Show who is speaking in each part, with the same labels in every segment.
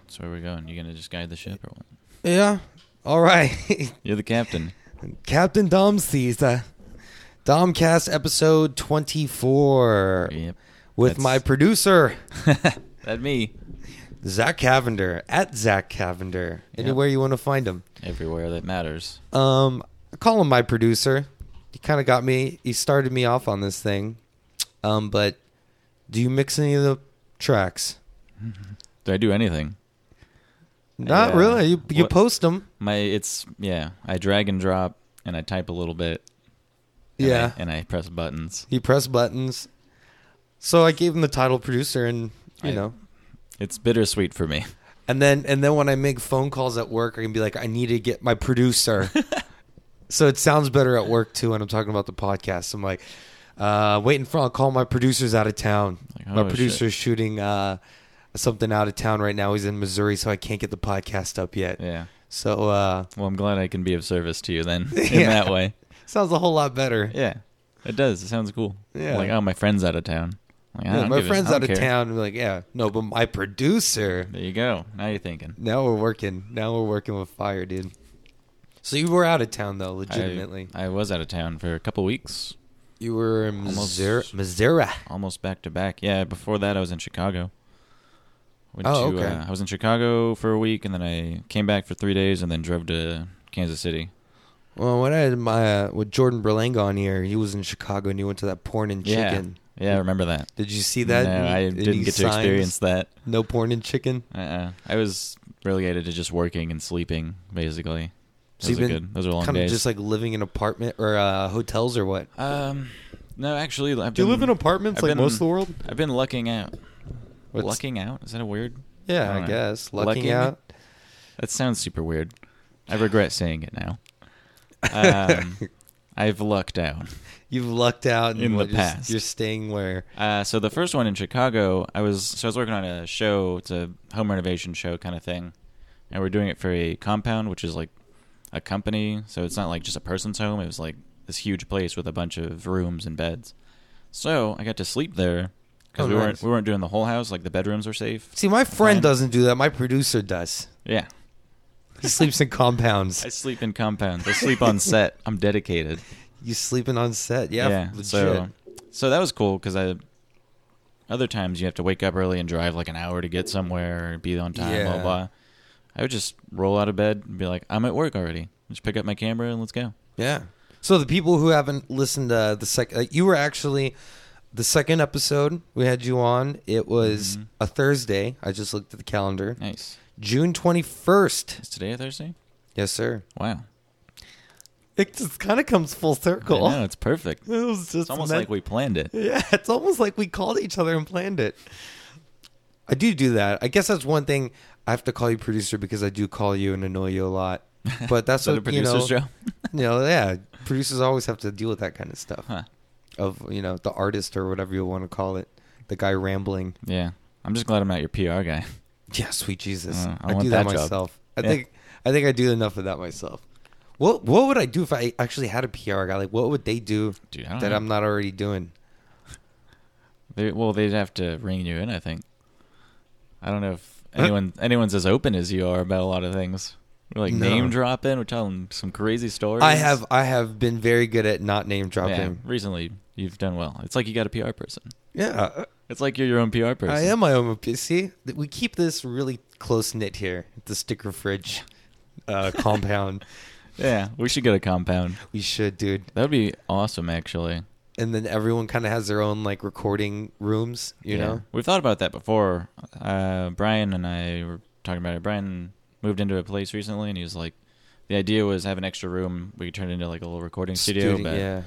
Speaker 1: That's where we're going. You gonna just guide the ship or what?
Speaker 2: Yeah. All right.
Speaker 1: You're the captain.
Speaker 2: Captain Dom Caesar. Domcast episode 24
Speaker 1: Yep.
Speaker 2: with
Speaker 1: That's-
Speaker 2: my producer,
Speaker 1: That me.
Speaker 2: Zach Cavender, at Zach Cavender,
Speaker 1: Yep.
Speaker 2: anywhere you want to find him.
Speaker 1: Everywhere that matters.
Speaker 2: Um, I call him my producer. He kind of got me, he started me off on this thing. Um, but do you mix any of the tracks?
Speaker 1: Do I do anything?
Speaker 2: Not
Speaker 1: Yeah.
Speaker 2: really. You, you
Speaker 1: What-
Speaker 2: post them.
Speaker 1: My it's yeah. I drag and drop and I type a little bit. and
Speaker 2: Yeah.
Speaker 1: I, and I press buttons.
Speaker 2: He pressed buttons. So I gave him the title producer and, you
Speaker 1: I-
Speaker 2: know.
Speaker 1: It's bittersweet for me.
Speaker 2: And then and then when I make phone calls at work, I can be like, I need to get my producer. so it sounds better at work too when I'm talking about the podcast. I'm like, uh, waiting for I'll call my producer's out of town.
Speaker 1: Like,
Speaker 2: my
Speaker 1: oh, shit.
Speaker 2: producer's shooting uh, something out of town right now. He's in Missouri, so I can't get the podcast up yet.
Speaker 1: Yeah.
Speaker 2: So uh,
Speaker 1: Well, I'm glad I can be of service to you then in
Speaker 2: Yeah.
Speaker 1: that way.
Speaker 2: sounds a whole lot better.
Speaker 1: Yeah. It does. It sounds cool.
Speaker 2: Yeah.
Speaker 1: Like oh, my friend's out of town. Like, I
Speaker 2: Yeah,
Speaker 1: don't
Speaker 2: my
Speaker 1: give a-
Speaker 2: friend's
Speaker 1: I
Speaker 2: out
Speaker 1: don't
Speaker 2: of
Speaker 1: care.
Speaker 2: town. I'm like, yeah, no, but my producer.
Speaker 1: There you go. Now you're thinking.
Speaker 2: Now we're working. Now we're working with fire, dude. So you were out of town though,
Speaker 1: I-
Speaker 2: legitimately.
Speaker 1: I, was out of town for a couple weeks,
Speaker 2: You were in
Speaker 1: Almost-
Speaker 2: Missouri. Missouri.
Speaker 1: almost back to back. Yeah, before that I was in Chicago. Went
Speaker 2: Oh,
Speaker 1: to,
Speaker 2: okay.
Speaker 1: uh, I was in Chicago for a week, and then I came back for three days, and then drove to Kansas City.
Speaker 2: Well, when I had my uh, with Jordan Berlanga on here, he was in Chicago and he went to that porn and
Speaker 1: Yeah.
Speaker 2: chicken.
Speaker 1: Yeah, I remember that.
Speaker 2: Did you see that?
Speaker 1: No, I
Speaker 2: And
Speaker 1: didn't
Speaker 2: he
Speaker 1: get to
Speaker 2: signed,
Speaker 1: experience that.
Speaker 2: No porn and chicken.
Speaker 1: Uh-uh. I was relegated to just working and sleeping, basically.
Speaker 2: So
Speaker 1: Those
Speaker 2: you've
Speaker 1: are
Speaker 2: been
Speaker 1: good. Those are long
Speaker 2: Kind
Speaker 1: days.
Speaker 2: of just like living in apartment or uh, hotels or what?
Speaker 1: um, no, actually, I've
Speaker 2: Do you
Speaker 1: been-
Speaker 2: live in apartments
Speaker 1: I've
Speaker 2: like
Speaker 1: been-
Speaker 2: most of the world?
Speaker 1: I've been lucking out.
Speaker 2: What's-
Speaker 1: lucking out? Is that a word?
Speaker 2: Yeah, I,
Speaker 1: don't know.
Speaker 2: guess. Lucking,
Speaker 1: Lucking?
Speaker 2: out.
Speaker 1: That sounds super weird. I regret saying it now. Um, I've lucked out.
Speaker 2: You've lucked out and
Speaker 1: In the
Speaker 2: you're just-
Speaker 1: past.
Speaker 2: You're staying where?
Speaker 1: Uh, so the first one in Chicago, I was so I was working on a show. It's a home renovation show kind of thing, and we're doing it for a compound, which is like a company. So it's not like just a person's home. It was like this huge place with a bunch of rooms and beds. So I got to sleep there because
Speaker 2: Oh,
Speaker 1: we
Speaker 2: nice.
Speaker 1: weren't we weren't doing the whole house. Like the bedrooms were safe.
Speaker 2: See, my friend
Speaker 1: Fine.
Speaker 2: doesn't do that. My producer does.
Speaker 1: Yeah,
Speaker 2: He sleeps in compounds.
Speaker 1: I sleep in compounds. I sleep on set. I'm dedicated.
Speaker 2: You sleeping on set? Yeah, legit.
Speaker 1: So, so that was cool because I. Other times you have to wake up early and drive like an hour to get somewhere, be on time,
Speaker 2: Yeah.
Speaker 1: blah blah. I would just roll out of bed and be like, "I'm at work already." Just pick up my camera and let's go.
Speaker 2: Yeah. So the people who haven't listened to the second, like you were actually the second episode we had you on. It was
Speaker 1: Mhm.
Speaker 2: a Thursday. I just looked at the calendar.
Speaker 1: Nice.
Speaker 2: June twenty first.
Speaker 1: Is today a Thursday?
Speaker 2: Yes, sir.
Speaker 1: Wow.
Speaker 2: It just kind of comes full circle.
Speaker 1: I know, it's perfect.
Speaker 2: It was just
Speaker 1: It's almost like we planned it.
Speaker 2: Yeah, it's almost like we called each other and planned it. I do do that. I guess that's one thing. I have to call you producer because I do call you and annoy you a lot. But that's
Speaker 1: Is that
Speaker 2: what
Speaker 1: a producer's
Speaker 2: you know.
Speaker 1: job?
Speaker 2: You know, yeah, producers always have to deal with that kind of stuff.
Speaker 1: Huh.
Speaker 2: of you know the artist or whatever you want to call it, the guy rambling.
Speaker 1: Yeah. I'm just glad I'm not your PR guy.
Speaker 2: Yeah, sweet Jesus,
Speaker 1: Uh, I
Speaker 2: I,
Speaker 1: want
Speaker 2: do that,
Speaker 1: that job.
Speaker 2: myself. I
Speaker 1: Yeah.
Speaker 2: think I think I do enough of that myself. What what would I do if I actually had a PR guy? Like, what would they do
Speaker 1: Dude, I don't
Speaker 2: that
Speaker 1: know.
Speaker 2: I'm not already doing?
Speaker 1: They, well, they'd have to ring you in, I think. I don't know if anyone anyone's as open as you are about a lot of things. We're like
Speaker 2: No.
Speaker 1: name dropping. We're telling some crazy stories.
Speaker 2: I have I have been very good at not name
Speaker 1: Yeah,
Speaker 2: dropping.
Speaker 1: recently, you've done well. It's like you got a PR person.
Speaker 2: Yeah,
Speaker 1: It's like you're your own PR person.
Speaker 2: I am my own. See, Th- we keep this really close knit here. at The sticker fridge uh, compound.
Speaker 1: Yeah, we should get a compound.
Speaker 2: We should, dude.
Speaker 1: That would be awesome, actually.
Speaker 2: And then everyone kind of has their own like recording rooms, you
Speaker 1: Yeah.
Speaker 2: know.
Speaker 1: we've thought about that before. Uh, Brian and I were talking about it. Brian moved into a place recently, and he was like, the idea was have an extra room we could turn it into like a little recording studio,
Speaker 2: Studi-
Speaker 1: but
Speaker 2: yeah.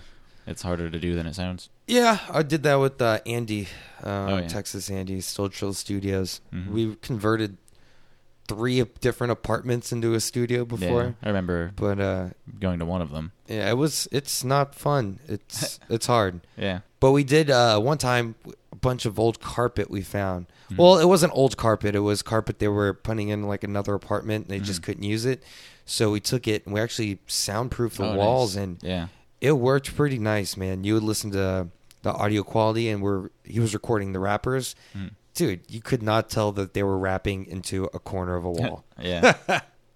Speaker 1: it's harder to do than it sounds.
Speaker 2: Yeah, I did that with uh, Andy, um,
Speaker 1: Oh, yeah.
Speaker 2: Texas Andy, Soul Chill Studios.
Speaker 1: Mhm.
Speaker 2: We converted three ap- different apartments into a studio before,
Speaker 1: Yeah, I remember
Speaker 2: but uh,
Speaker 1: going to one of them.
Speaker 2: yeah, it was it's not fun. It's it's hard.
Speaker 1: Yeah.
Speaker 2: But we did uh, one time a bunch of old carpet we found.
Speaker 1: Hmm.
Speaker 2: Well, it wasn't old carpet; it was carpet they were putting in like another apartment. And they
Speaker 1: Hmm.
Speaker 2: just couldn't use it, so we took it and we actually soundproofed the
Speaker 1: Oh, nice.
Speaker 2: walls and
Speaker 1: Yeah.
Speaker 2: it worked pretty
Speaker 1: Hmm.
Speaker 2: nice, man. You would listen to the audio quality, and we're he was recording the rappers, dude, you could not tell that they were rapping into a corner of a wall.
Speaker 1: yeah,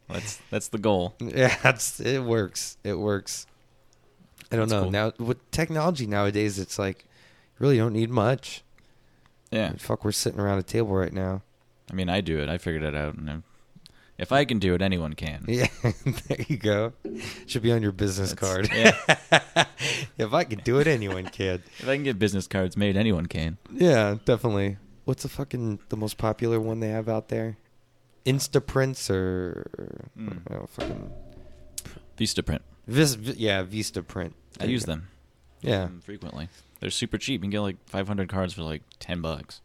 Speaker 1: that's that's the goal.
Speaker 2: yeah, that's it works. It works. I don't
Speaker 1: That's
Speaker 2: know
Speaker 1: cool.
Speaker 2: now with technology nowadays. It's like you really don't need much.
Speaker 1: Yeah,
Speaker 2: Fuck, we're sitting around a table right now.
Speaker 1: I mean, I do it. I figured it out, and I'm- if I can do it, anyone can.
Speaker 2: Yeah, there you go. Should be on your business
Speaker 1: Mm. That's-
Speaker 2: card.
Speaker 1: yeah.
Speaker 2: if I could do it, anyone can.
Speaker 1: If I can get business cards made, anyone can.
Speaker 2: Yeah, definitely. What's the fucking the most popular one they have out there? Instaprints or
Speaker 1: Mm.
Speaker 2: I don't fucking
Speaker 1: Vista print.
Speaker 2: Vis, vi- yeah, Vista Print.
Speaker 1: I use them.
Speaker 2: Yeah.
Speaker 1: um, frequently. They're super cheap. You can get like 500 cards for like 10 bucks.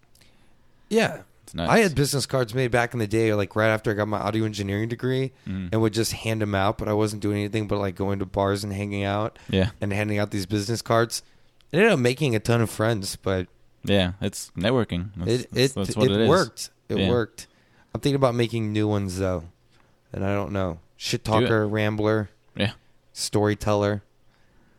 Speaker 2: Yeah.
Speaker 1: It's nice.
Speaker 2: I had business cards made back in the day, like right after I got my audio engineering degree,
Speaker 1: Mhm.
Speaker 2: and would just hand them out. But I wasn't doing anything but like going to bars and hanging out
Speaker 1: yeah,
Speaker 2: and handing out these business cards. I ended up making a ton of friends, but
Speaker 1: yeah. It's networking. That's,
Speaker 2: it
Speaker 1: that's,
Speaker 2: it
Speaker 1: that's what
Speaker 2: it,
Speaker 1: it is.
Speaker 2: worked. It
Speaker 1: Yeah.
Speaker 2: worked. I'm thinking about making new ones though, and I don't know. Shit
Speaker 1: Do it.
Speaker 2: talker, rambler,
Speaker 1: Yeah,
Speaker 2: storyteller,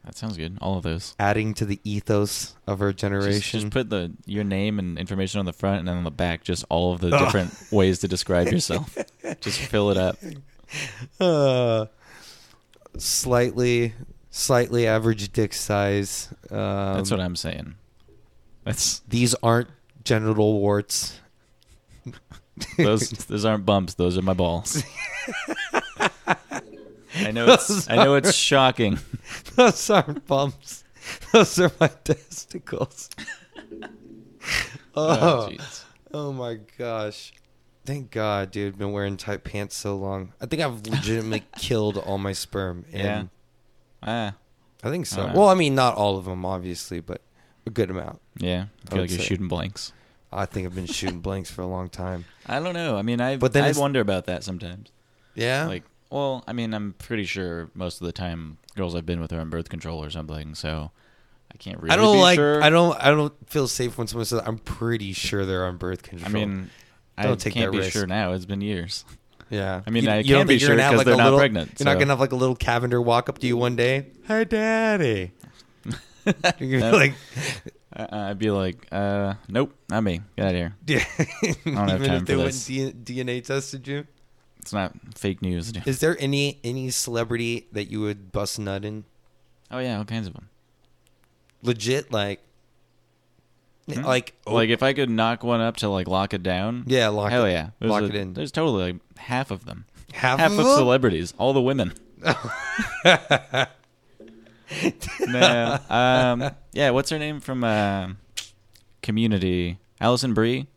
Speaker 1: that sounds good. All of those.
Speaker 2: adding to the ethos of our generation.
Speaker 1: Just, just put the your name and information on the front and then on the back. Just all of the different ways to describe yourself. just fill it up.
Speaker 2: uh, slightly, slightly average dick size. Um,
Speaker 1: That's what I'm saying. That's
Speaker 2: These aren't genital warts.
Speaker 1: those. those aren't bumps. Those are my balls. I know. It's, I know it's shocking.
Speaker 2: Those aren't bumps. Those are my testicles.
Speaker 1: Oh,
Speaker 2: oh,
Speaker 1: jeez.
Speaker 2: oh my gosh. Thank God, dude. Been wearing tight pants so long. I think I've legitimately killed all my sperm. And
Speaker 1: yeah. Ah.
Speaker 2: I think so.
Speaker 1: Alright.
Speaker 2: Well, I mean, not all of them, obviously, but a good amount.
Speaker 1: Yeah. I feel
Speaker 2: would
Speaker 1: like you're
Speaker 2: say.
Speaker 1: shooting blanks.
Speaker 2: I think I've been shooting blanks for a long time.
Speaker 1: I don't know. I mean, I
Speaker 2: But then
Speaker 1: I
Speaker 2: it's-
Speaker 1: wonder about that sometimes.
Speaker 2: Yeah.
Speaker 1: Like, well, I mean, I'm pretty sure most of the time girls I've been with are on birth control or something, so I can't really.
Speaker 2: I don't
Speaker 1: be
Speaker 2: like.
Speaker 1: sure.
Speaker 2: I don't. I don't feel safe when someone says I'm pretty sure they're on birth control.
Speaker 1: I mean, I
Speaker 2: Don't take
Speaker 1: can't
Speaker 2: that
Speaker 1: be
Speaker 2: risk.
Speaker 1: sure now. It's been years.
Speaker 2: yeah.
Speaker 1: I mean, I
Speaker 2: don't
Speaker 1: can be
Speaker 2: think you're
Speaker 1: sure
Speaker 2: gonna have,
Speaker 1: 'cause
Speaker 2: like,
Speaker 1: they're
Speaker 2: a
Speaker 1: not
Speaker 2: little-
Speaker 1: pregnant,
Speaker 2: You're not
Speaker 1: so.
Speaker 2: gonna have like a little Cavender walk up to you one day. Hi, Daddy. You're gonna
Speaker 1: No.
Speaker 2: be like,
Speaker 1: I, Uh-uh. I'd be like, uh, nope, not me. Get out of here.
Speaker 2: yeah. Even
Speaker 1: have time
Speaker 2: if
Speaker 1: for
Speaker 2: they
Speaker 1: this.
Speaker 2: went D- DNA tested you,
Speaker 1: It's not fake news. dude.
Speaker 2: is there any any celebrity that you would bust nut in?
Speaker 1: Oh yeah, all kinds of them.
Speaker 2: Legit, like,
Speaker 1: Hmm?
Speaker 2: like, oh,
Speaker 1: Like if I could knock one up to like lock it down.
Speaker 2: yeah, lock
Speaker 1: hell
Speaker 2: it,
Speaker 1: yeah, There's
Speaker 2: lock
Speaker 1: a-
Speaker 2: it in.
Speaker 1: There's totally like half of them.
Speaker 2: Half,
Speaker 1: Half
Speaker 2: of,
Speaker 1: of
Speaker 2: them?
Speaker 1: celebrities, all the women. no, um, yeah. What's her name from uh, Community? Allison Brie.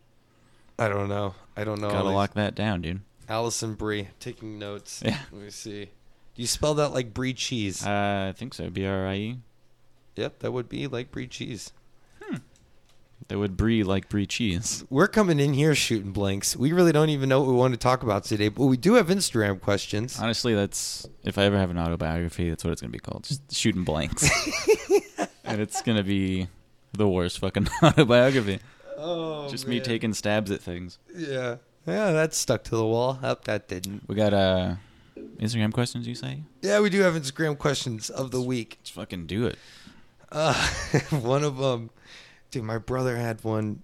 Speaker 2: I don't know. I don't know. all
Speaker 1: Gotta
Speaker 2: these-
Speaker 1: lock that down, dude.
Speaker 2: Allison Brie taking notes.
Speaker 1: Yeah.
Speaker 2: Let me see. Do you spell that like brie cheese?
Speaker 1: Uh, I think so. B R I E.
Speaker 2: yep, that would be like brie cheese.
Speaker 1: They would brie like brie cheese.
Speaker 2: We're coming in here shooting blanks. We really don't even know what we want to talk about today, but we do have Instagram questions.
Speaker 1: Honestly, that's if I ever have an autobiography, that's what it's gonna be called. Just shooting blanks, and it's gonna be the worst fucking autobiography.
Speaker 2: Oh,
Speaker 1: Just me taking stabs at things.
Speaker 2: Yeah, yeah, that's stuck to the wall. Up, that didn't.
Speaker 1: We got uh, Instagram questions. You say?
Speaker 2: Yeah, we do have Instagram questions of the week.
Speaker 1: Let's fucking do it.
Speaker 2: Uh, one of them, dude. My brother had one.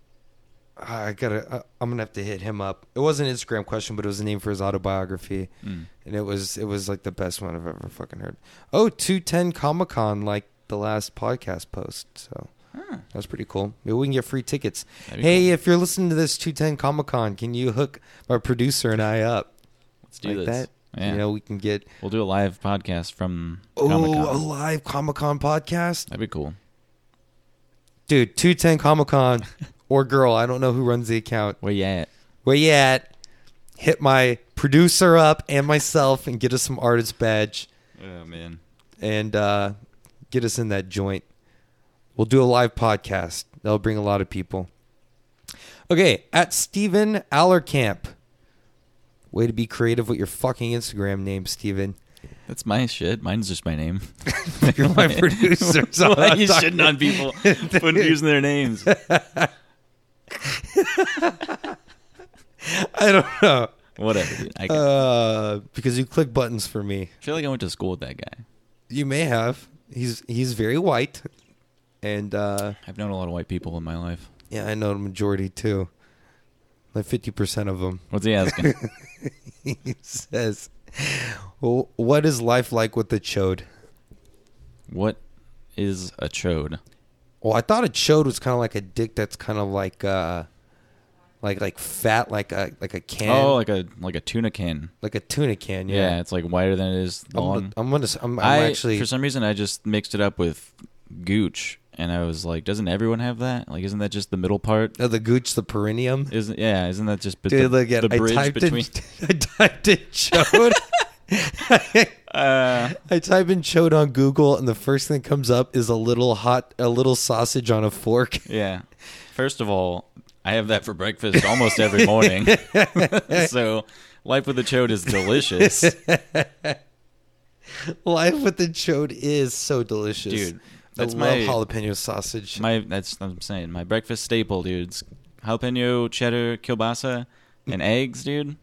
Speaker 2: I gotta. I, I'm gonna have to hit him up. It wasn't an Instagram question, but it was a name for his autobiography,
Speaker 1: Mm.
Speaker 2: and it was it was like the best one I've ever fucking heard. Oh, 210 Comic Con, like the last podcast post. So
Speaker 1: Huh.
Speaker 2: that's pretty cool. Maybe we can get free tickets.
Speaker 1: That'd be
Speaker 2: hey,
Speaker 1: cool.
Speaker 2: if you're listening to this 210 Comic Con, can you hook my producer and I up
Speaker 1: Let's do this.
Speaker 2: like that?
Speaker 1: Yeah.
Speaker 2: You know, we can get
Speaker 1: We'll do a live podcast from
Speaker 2: oh a
Speaker 1: Comic-Con.
Speaker 2: live Comic Con podcast.
Speaker 1: That'd be cool.
Speaker 2: dude 210 comic-con or girl i don't know who runs the account
Speaker 1: Where you at?
Speaker 2: where you at hit my producer up and myself and get us some artist badge
Speaker 1: Oh man.
Speaker 2: and uh, get us in that joint we'll do a live podcast that'll bring a lot of people okay at steven allercamp way to be creative with your fucking instagram name steven
Speaker 1: That's my shit. Mine's just my name.
Speaker 2: You're my producer, so
Speaker 1: Why
Speaker 2: I'm
Speaker 1: you
Speaker 2: talking-
Speaker 1: shitting on people for using their names?
Speaker 2: i don't know
Speaker 1: Whatever. Dude. I,
Speaker 2: uh, because you click buttons for me
Speaker 1: feel like I went to school with that guy.
Speaker 2: You may have. He's he's very white, and uh,
Speaker 1: I've known a lot of white people in my life.
Speaker 2: yeah, I know the majority too. like fifty percent of them.
Speaker 1: What's he asking?
Speaker 2: he says, well, "What is life like with the chode?"
Speaker 1: what is a chode?
Speaker 2: Well, I thought a chode was kind of like a dick that's kind of like uh, like like fat, like a like a can,
Speaker 1: Oh, like a like a tuna can.
Speaker 2: like a tuna can.
Speaker 1: Yeah,
Speaker 2: Yeah,
Speaker 1: it's like wider than it is
Speaker 2: I'm,
Speaker 1: long.
Speaker 2: gonna, I'm gonna. s- I'm, I'm
Speaker 1: I-
Speaker 2: actually.
Speaker 1: for some reason I just mixed it up with gooch, and I was like, doesn't everyone have that? Like, isn't that just the middle part?
Speaker 2: Oh, the gooch, the perineum.
Speaker 1: Isn't yeah? Isn't that just bet-
Speaker 2: Dude,
Speaker 1: the,
Speaker 2: look at
Speaker 1: the bridge
Speaker 2: I typed
Speaker 1: between?
Speaker 2: in. I typed in chode.
Speaker 1: Uh,
Speaker 2: I type in chode on Google, and the first thing that comes up is a little hot, a little sausage on a fork.
Speaker 1: yeah. First of all, I have that for breakfast almost every morning. so life with a chode is delicious,
Speaker 2: Life with the chode is so delicious,
Speaker 1: dude. That's
Speaker 2: I
Speaker 1: my
Speaker 2: love jalapeno sausage.
Speaker 1: my. That's what I'm saying. My breakfast staple, dudes. Jalapeno, cheddar, kielbasa,
Speaker 2: Mm.
Speaker 1: and eggs, dude.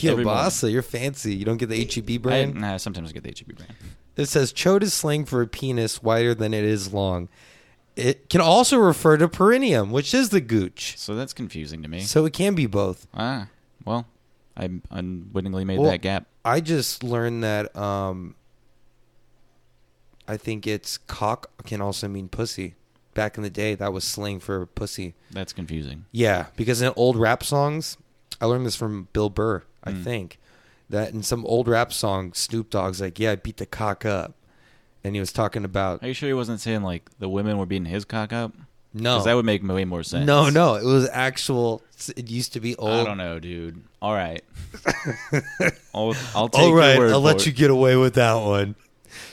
Speaker 1: every
Speaker 2: Kielbasa, you're fancy. You don't get the HEB
Speaker 1: I,
Speaker 2: brand.
Speaker 1: nah, I sometimes get the HEB brand.
Speaker 2: It says chode is slang for a penis wider than it is long. It can also refer to perineum, which is the gooch.
Speaker 1: So that's confusing to me.
Speaker 2: So it can be both.
Speaker 1: Ah, well, I unwittingly made
Speaker 2: Well-
Speaker 1: that gap.
Speaker 2: I just learned that um I think it's cock can also mean pussy. Back in the day that was slang for pussy.
Speaker 1: That's confusing.
Speaker 2: Yeah, because in old rap songs, I learned this from Bill Burr, I
Speaker 1: Mm.
Speaker 2: think, that in some old rap song Snoop Dogg's like, "Yeah, I beat the cock up." And he was talking about
Speaker 1: Are you sure he wasn't saying like the women were beating his cock up?
Speaker 2: no.
Speaker 1: Because that would make way more sense.
Speaker 2: no, no, it was actual it used to be
Speaker 1: I
Speaker 2: old
Speaker 1: don't know, dude. All right. I'll, I'll take
Speaker 2: All right,
Speaker 1: your word
Speaker 2: I'll
Speaker 1: for
Speaker 2: let
Speaker 1: it.
Speaker 2: you get away with that one.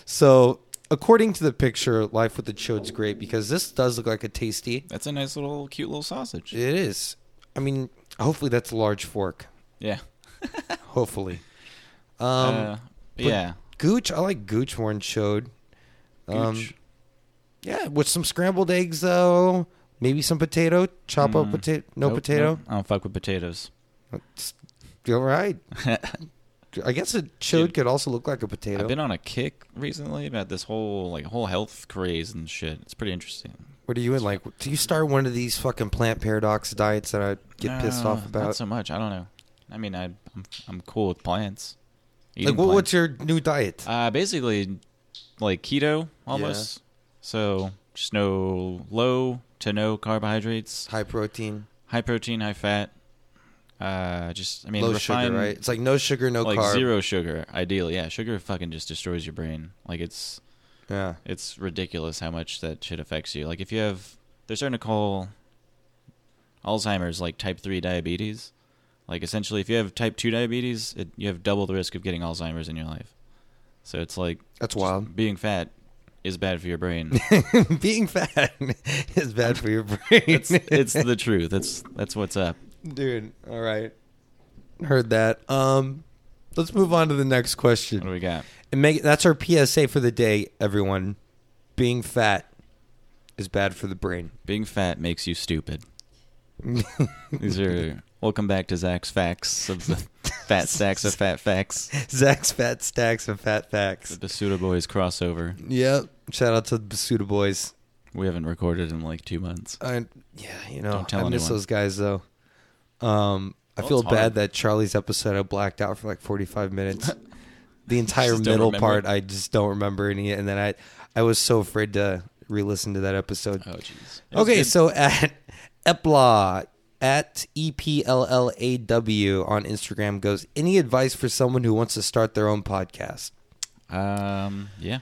Speaker 2: So, according to the picture, life with the chode's great because this does look like a tasty.
Speaker 1: That's a nice little, cute little sausage.
Speaker 2: It is. I mean, hopefully that's a large fork.
Speaker 1: Yeah.
Speaker 2: Hopefully. Um,
Speaker 1: Uh, yeah.
Speaker 2: gooch, I like gooch more than chode. Um,
Speaker 1: Gooch.
Speaker 2: Yeah, with some scrambled eggs though, maybe some potato, chop up
Speaker 1: Mm.
Speaker 2: potato, no
Speaker 1: Nope,
Speaker 2: potato.
Speaker 1: nope. I don't fuck with potatoes.
Speaker 2: That's- all right. I guess a chode
Speaker 1: Dude,
Speaker 2: could also look like a potato.
Speaker 1: I've been on a kick recently about this whole like whole health craze and shit. It's pretty interesting.
Speaker 2: What are you in like? Do you start one of these fucking plant paradox diets that I get pissed
Speaker 1: No,
Speaker 2: off
Speaker 1: Uh, Not
Speaker 2: about?
Speaker 1: so much. I don't know. I mean, I, I'm I'm cool with plants.
Speaker 2: Like,
Speaker 1: Eating
Speaker 2: what,
Speaker 1: plants.
Speaker 2: what's your new diet?
Speaker 1: Uh, basically, like keto almost. So just no low to no carbohydrates,
Speaker 2: High protein,
Speaker 1: high protein, high fat. Uh, just I mean,
Speaker 2: low
Speaker 1: refined,
Speaker 2: sugar, right? It's like no sugar, no
Speaker 1: like
Speaker 2: carb.
Speaker 1: zero sugar, ideally. Yeah, sugar fucking just destroys your brain. Like it's
Speaker 2: Yeah,
Speaker 1: it's ridiculous how much that shit affects you. Like if you have, they're starting to call Alzheimer's like type three diabetes. Like essentially, if you have type two diabetes, it, you have double the risk of getting Alzheimer's in your life. So it's like
Speaker 2: that's wild.
Speaker 1: being fat is bad for your brain.
Speaker 2: Being fat is bad for your brain.
Speaker 1: it's it's the truth. That's that's what's up.
Speaker 2: Dude, all right. Heard that. Um, let's move on to the next
Speaker 1: What do
Speaker 2: question.
Speaker 1: we got?
Speaker 2: And make that's our PSA for the day, everyone. Being fat is bad for the brain.
Speaker 1: Being fat makes you stupid. These are welcome back to Zach's facts of the fat stacks of fat facts.
Speaker 2: Zach's fat stacks and fat facts.
Speaker 1: The Basuda Boys crossover.
Speaker 2: Yep. Shout out to the Basuda boys.
Speaker 1: We haven't recorded in like two months.
Speaker 2: I yeah, you know,
Speaker 1: Don't
Speaker 2: I
Speaker 1: tell
Speaker 2: miss
Speaker 1: anyone.
Speaker 2: those guys though. Um, I
Speaker 1: Well,
Speaker 2: feel
Speaker 1: it's
Speaker 2: bad
Speaker 1: hard.
Speaker 2: that Charlie's episode I blacked out for like forty five minutes. the entire
Speaker 1: Just don't
Speaker 2: middle
Speaker 1: remember
Speaker 2: part
Speaker 1: it.
Speaker 2: I just don't remember any, and then I I was so afraid to re listen to that episode.
Speaker 1: Oh jeez.
Speaker 2: okay, so at Epla at E P L L A W on Instagram goes any advice for someone who wants to start their own podcast?
Speaker 1: um yeah.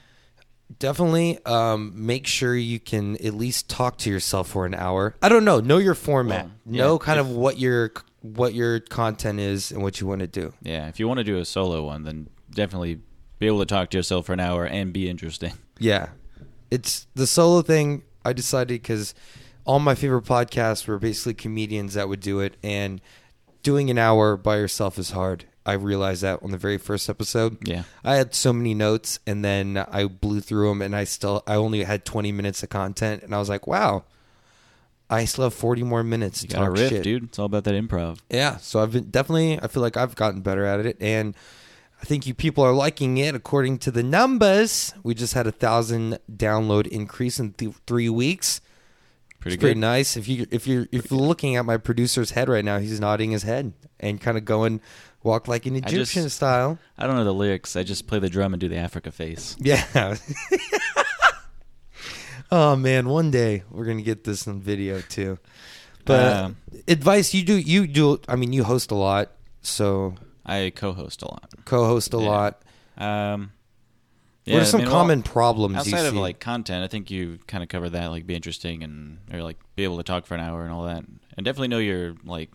Speaker 2: Definitely um, make sure you can at least talk to yourself for an hour. I don't know. Know your format.
Speaker 1: Well,
Speaker 2: know
Speaker 1: yeah,
Speaker 2: kind of what your what your content is and what you want to do.
Speaker 1: Yeah. If you want to do a solo one, then definitely be able to talk to yourself for an hour and be interesting.
Speaker 2: Yeah, it's the solo thing. I decided because all my favorite podcasts were basically comedians that would do it, and doing an hour by yourself is hard. I realized that on the very first episode.
Speaker 1: Yeah.
Speaker 2: I had so many notes, and then I blew through them, and I still I only had twenty minutes of content, and I was like, wow, I still have forty more minutes to
Speaker 1: You got a
Speaker 2: talk
Speaker 1: riff,
Speaker 2: shit.
Speaker 1: dude. It's all about that improv.
Speaker 2: Yeah, so I've been definitely. I feel like I've gotten better at it, and I think you people are liking it. According to the numbers, we just had a thousand download increase in th- three weeks.
Speaker 1: Pretty
Speaker 2: it's pretty
Speaker 1: good.
Speaker 2: nice. If you if you if you're looking at my producer's head right now, he's nodding his head and kind of going walk like an
Speaker 1: I just-
Speaker 2: Egyptian style.
Speaker 1: I don't know the lyrics. I just play the drum and do the Africa face.
Speaker 2: Yeah. oh man, one day we're gonna get this on video too. But
Speaker 1: Um,
Speaker 2: advice you do you do I mean you host a lot, so
Speaker 1: I co-host a lot.
Speaker 2: co-host a
Speaker 1: Yeah.
Speaker 2: lot.
Speaker 1: Um,
Speaker 2: what are
Speaker 1: I
Speaker 2: some
Speaker 1: mean, well,
Speaker 2: common problems you
Speaker 1: outside of
Speaker 2: see?
Speaker 1: like content? I think you kind of cover that, like be interesting and or like be able to talk for an hour and all that, and definitely know your like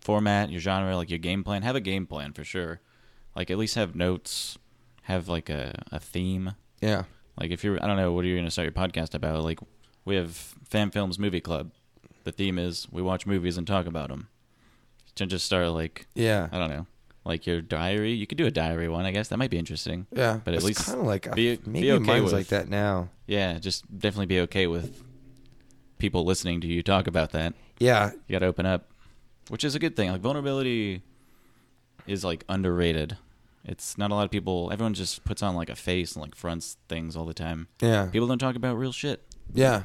Speaker 1: format, your genre, like your game plan. Have a game plan for sure. Like at least have notes. Have like a a theme.
Speaker 2: yeah.
Speaker 1: Like if you're, I don't know, what are you going to start your podcast about? Like we have Fan Films Movie Club. The theme is we watch movies and talk about them. Don't just start like
Speaker 2: Yeah.
Speaker 1: I don't know, like your diary. You could do a diary one, I guess. That might be interesting.
Speaker 2: Yeah.
Speaker 1: But at
Speaker 2: it's
Speaker 1: least
Speaker 2: kind of like
Speaker 1: be-
Speaker 2: uh,
Speaker 1: be
Speaker 2: maybe
Speaker 1: okay
Speaker 2: mine's
Speaker 1: with-
Speaker 2: like that now.
Speaker 1: Yeah, just definitely be okay with people listening to you talk about that.
Speaker 2: Yeah.
Speaker 1: You got to open up, which is a good thing. Like vulnerability is like underrated. It's not a lot of people. Everyone just puts on like a face and like fronts things all the time.
Speaker 2: Yeah.
Speaker 1: People don't talk about real shit.
Speaker 2: yeah.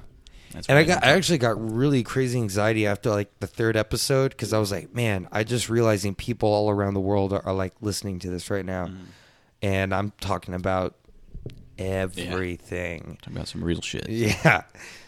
Speaker 1: That's
Speaker 2: And I
Speaker 1: why
Speaker 2: got, I
Speaker 1: don't-
Speaker 2: actually got really crazy anxiety after like the third episode because I was like, man, I just realizing people all around the world are, are like listening to this right now, and I'm talking about everything.
Speaker 1: talk about some real shit.
Speaker 2: Yeah.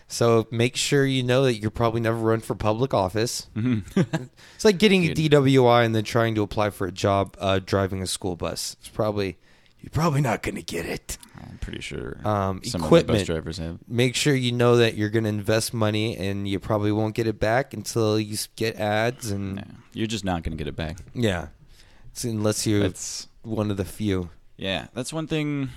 Speaker 2: So make sure you know that you're probably never run for public office. it's like getting a DWI and then trying to apply for a job uh, driving a school bus. It's probably you're probably not going to get it.
Speaker 1: I'm pretty sure
Speaker 2: Um,
Speaker 1: some of the
Speaker 2: equipment.
Speaker 1: bus drivers have.
Speaker 2: make sure you know that you're going to invest money and you probably won't get it back until you s- get ads and
Speaker 1: No, you're just not going to get it back.
Speaker 2: yeah It's unless you're
Speaker 1: That's
Speaker 2: one of the few
Speaker 1: Yeah, that's one thing.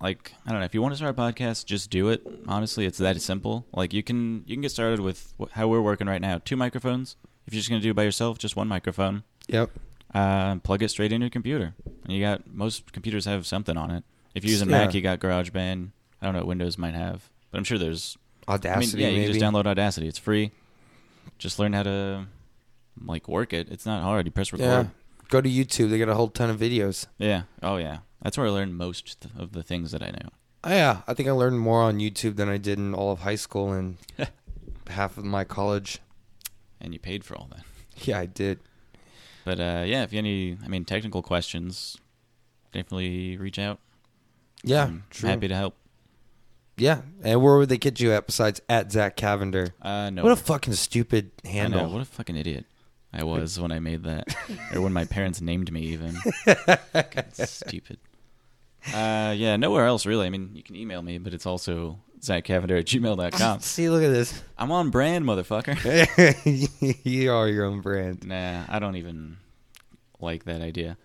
Speaker 1: Like I don't know, if you want to start a podcast, just do it. Honestly, it's that simple. Like you can you can get started with wh- how we're working right now, two microphones. If you're just gonna do it by yourself, just one microphone.
Speaker 2: yep
Speaker 1: Uh, plug it straight into your computer, and you got most computers have something on it. If you use a
Speaker 2: Yeah.
Speaker 1: Mac, you got GarageBand. I don't know what Windows might have, but I'm sure there's.
Speaker 2: audacity
Speaker 1: I mean, yeah,
Speaker 2: maybe
Speaker 1: you can just download Audacity. It's free. Just learn how to like work it. It's not hard. You press
Speaker 2: yeah
Speaker 1: record.
Speaker 2: go to youtube they got a whole ton of videos
Speaker 1: Yeah. Oh yeah. That's where I learned most th- of the things that I know.
Speaker 2: oh, yeah i think i learned more on youtube than i did in all of high school and half of my college
Speaker 1: and you paid for all that.
Speaker 2: yeah i did
Speaker 1: But uh, yeah, if you have any, I mean, technical questions, definitely reach out.
Speaker 2: yeah
Speaker 1: I'm
Speaker 2: true
Speaker 1: happy to help.
Speaker 2: yeah and where would they get you at besides at zach cavender
Speaker 1: Uh, no,
Speaker 2: what a fucking stupid
Speaker 1: I
Speaker 2: handle
Speaker 1: know, what a fucking idiot I was when I made that, or when my parents named me even. Fucking stupid. Uh, yeah, nowhere else really. I mean, you can email me, but it's also zachcavender at gmail.com.
Speaker 2: see look at this
Speaker 1: I'm on brand, motherfucker.
Speaker 2: you are your own brand.
Speaker 1: Nah, I don't even like that idea.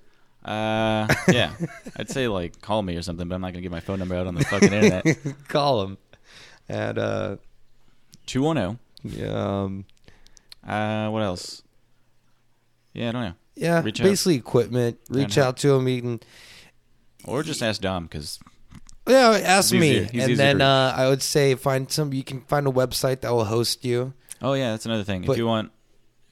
Speaker 1: Uh, yeah, I'd say like call me or something, but I'm not gonna give my phone number out on the fucking internet.
Speaker 2: Call him at uh,
Speaker 1: Two one zero.
Speaker 2: um,
Speaker 1: Uh, what else? Yeah, I don't know.
Speaker 2: yeah,
Speaker 1: Reach out.
Speaker 2: basically equipment. Reach
Speaker 1: know.
Speaker 2: out to him. You can,
Speaker 1: Or just ask Dom because
Speaker 2: yeah, ask
Speaker 1: He's
Speaker 2: me,
Speaker 1: easier. He's
Speaker 2: and
Speaker 1: easier
Speaker 2: then
Speaker 1: to
Speaker 2: uh, I would say find some. You can find a website that will host you.
Speaker 1: oh yeah, that's another thing.
Speaker 2: But-
Speaker 1: if you want,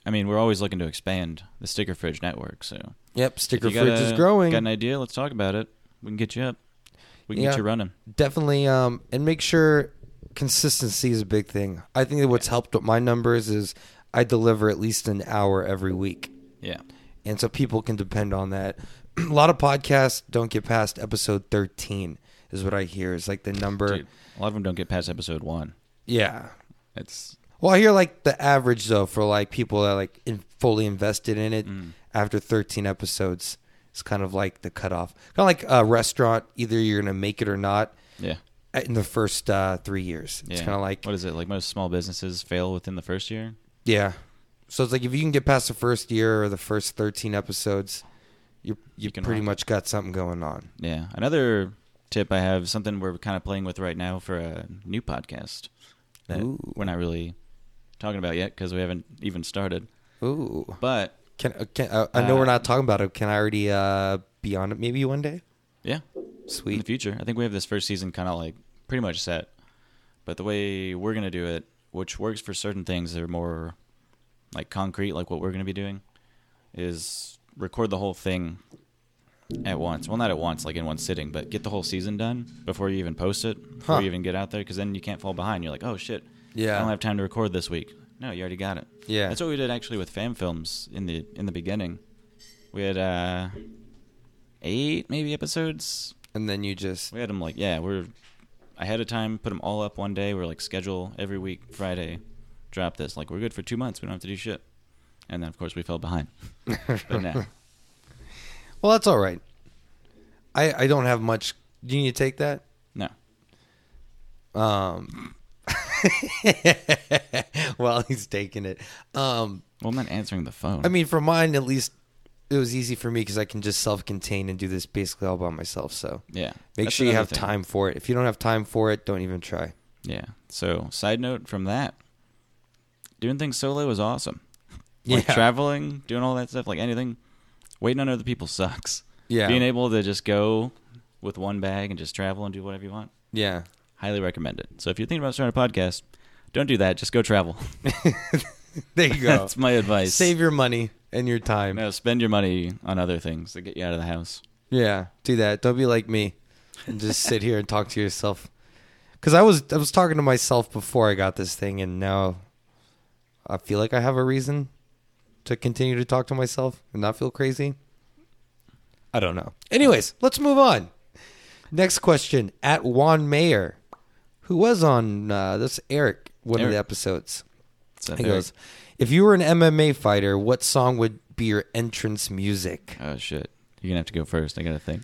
Speaker 1: I mean, we're always looking to expand the Sticker Fridge network. So
Speaker 2: Yep,
Speaker 1: if
Speaker 2: sticker
Speaker 1: you got
Speaker 2: fridge is
Speaker 1: a-
Speaker 2: growing.
Speaker 1: Got an idea? Let's talk about it. We can get you up. We can
Speaker 2: Yeah.
Speaker 1: get you running.
Speaker 2: Definitely, um, and make sure consistency is a big thing. I think that what's helped with my numbers is I deliver at least an hour every week.
Speaker 1: Yeah,
Speaker 2: and so people can depend on that. a lot of podcasts don't get past episode thirteen, is what I hear. It's like the number.
Speaker 1: Dude, a lot of them don't get past episode one.
Speaker 2: Yeah.
Speaker 1: It's
Speaker 2: Well, I hear like the average though for like people that are like in, fully invested in it
Speaker 1: Mm.
Speaker 2: after thirteen episodes. It's kind of like the cutoff, kind of like a restaurant. Either you're gonna make it or not
Speaker 1: yeah.
Speaker 2: uh, in the first uh, three years. It's
Speaker 1: yeah.
Speaker 2: kind of like
Speaker 1: what is it? Like most small businesses fail within the first year.
Speaker 2: yeah. So it's like if you can get past the first year or the first thirteen episodes, you you,
Speaker 1: You can
Speaker 2: pretty
Speaker 1: rock it.
Speaker 2: much got something going on.
Speaker 1: Yeah. Another tip I have something we're kind of playing with right now for a new podcast that
Speaker 2: Ooh.
Speaker 1: we're not really talking about yet because we haven't even started.
Speaker 2: Ooh.
Speaker 1: But
Speaker 2: Can, uh, can uh, I know
Speaker 1: Uh,
Speaker 2: we're not talking about it. Can I already uh, be on it maybe one day?
Speaker 1: yeah, in the
Speaker 2: Sweet.
Speaker 1: future, I think we have this first season kind of like pretty much set. But the way we're gonna do it, which works for certain things that are more like concrete, like what we're gonna be doing, is record the whole thing at once. Well, not at once, like in one sitting, but get the whole season done before you even post it, before
Speaker 2: Huh.
Speaker 1: you even get out there, because then you can't fall behind. You're like, oh shit,
Speaker 2: Yeah.
Speaker 1: I don't have time to record this week. No, you already got it.
Speaker 2: Yeah.
Speaker 1: that's what we did actually with fan films in the in the beginning. We had uh, eight maybe episodes.
Speaker 2: and then you just
Speaker 1: We had them like yeah, we're ahead of time, put them all up one day. We're like schedule every week Friday, drop this. Like we're good for two months. We don't have to do shit. And then of course we fell behind. but nah.
Speaker 2: well, that's all right. I I don't have much. Do you need to take that?
Speaker 1: no.
Speaker 2: Um, well, he's taking it. Um,
Speaker 1: Well, I'm not answering the phone.
Speaker 2: I mean, for mine at least, it was easy for me because I can just self-contain and do this basically all by myself. So
Speaker 1: yeah.
Speaker 2: make
Speaker 1: That's
Speaker 2: sure you
Speaker 1: another
Speaker 2: have
Speaker 1: thing.
Speaker 2: time for it. If you don't have time for it, don't even try.
Speaker 1: Yeah. So, side note from that, doing things solo is awesome. Like
Speaker 2: Yeah.
Speaker 1: traveling, doing all that stuff, like anything, waiting on other people sucks.
Speaker 2: Yeah.
Speaker 1: Being able to just go with one bag and just travel and do whatever you want,
Speaker 2: Yeah.
Speaker 1: highly recommend it. So, if you're thinking about starting a podcast, don't do that. Just go travel.
Speaker 2: There you go.
Speaker 1: That's my advice.
Speaker 2: Save your money and your time.
Speaker 1: no, spend your money on other things that get you out of the house.
Speaker 2: Yeah, do that. Don't be like me and just sit here and talk to yourself. Cuz I was I was talking to myself before I got this thing and now I feel like I have a reason to continue to talk to myself and not feel crazy. I don't know. Anyways, let's move on. Next question at Juan Mayer, who was on uh, this Eric one of the
Speaker 1: Eric.
Speaker 2: episodes.
Speaker 1: So,
Speaker 2: He
Speaker 1: there-
Speaker 2: goes, "If you were an MMA fighter, what song would be your entrance music?"
Speaker 1: Oh, shit. You're going to have to go first. I got to think.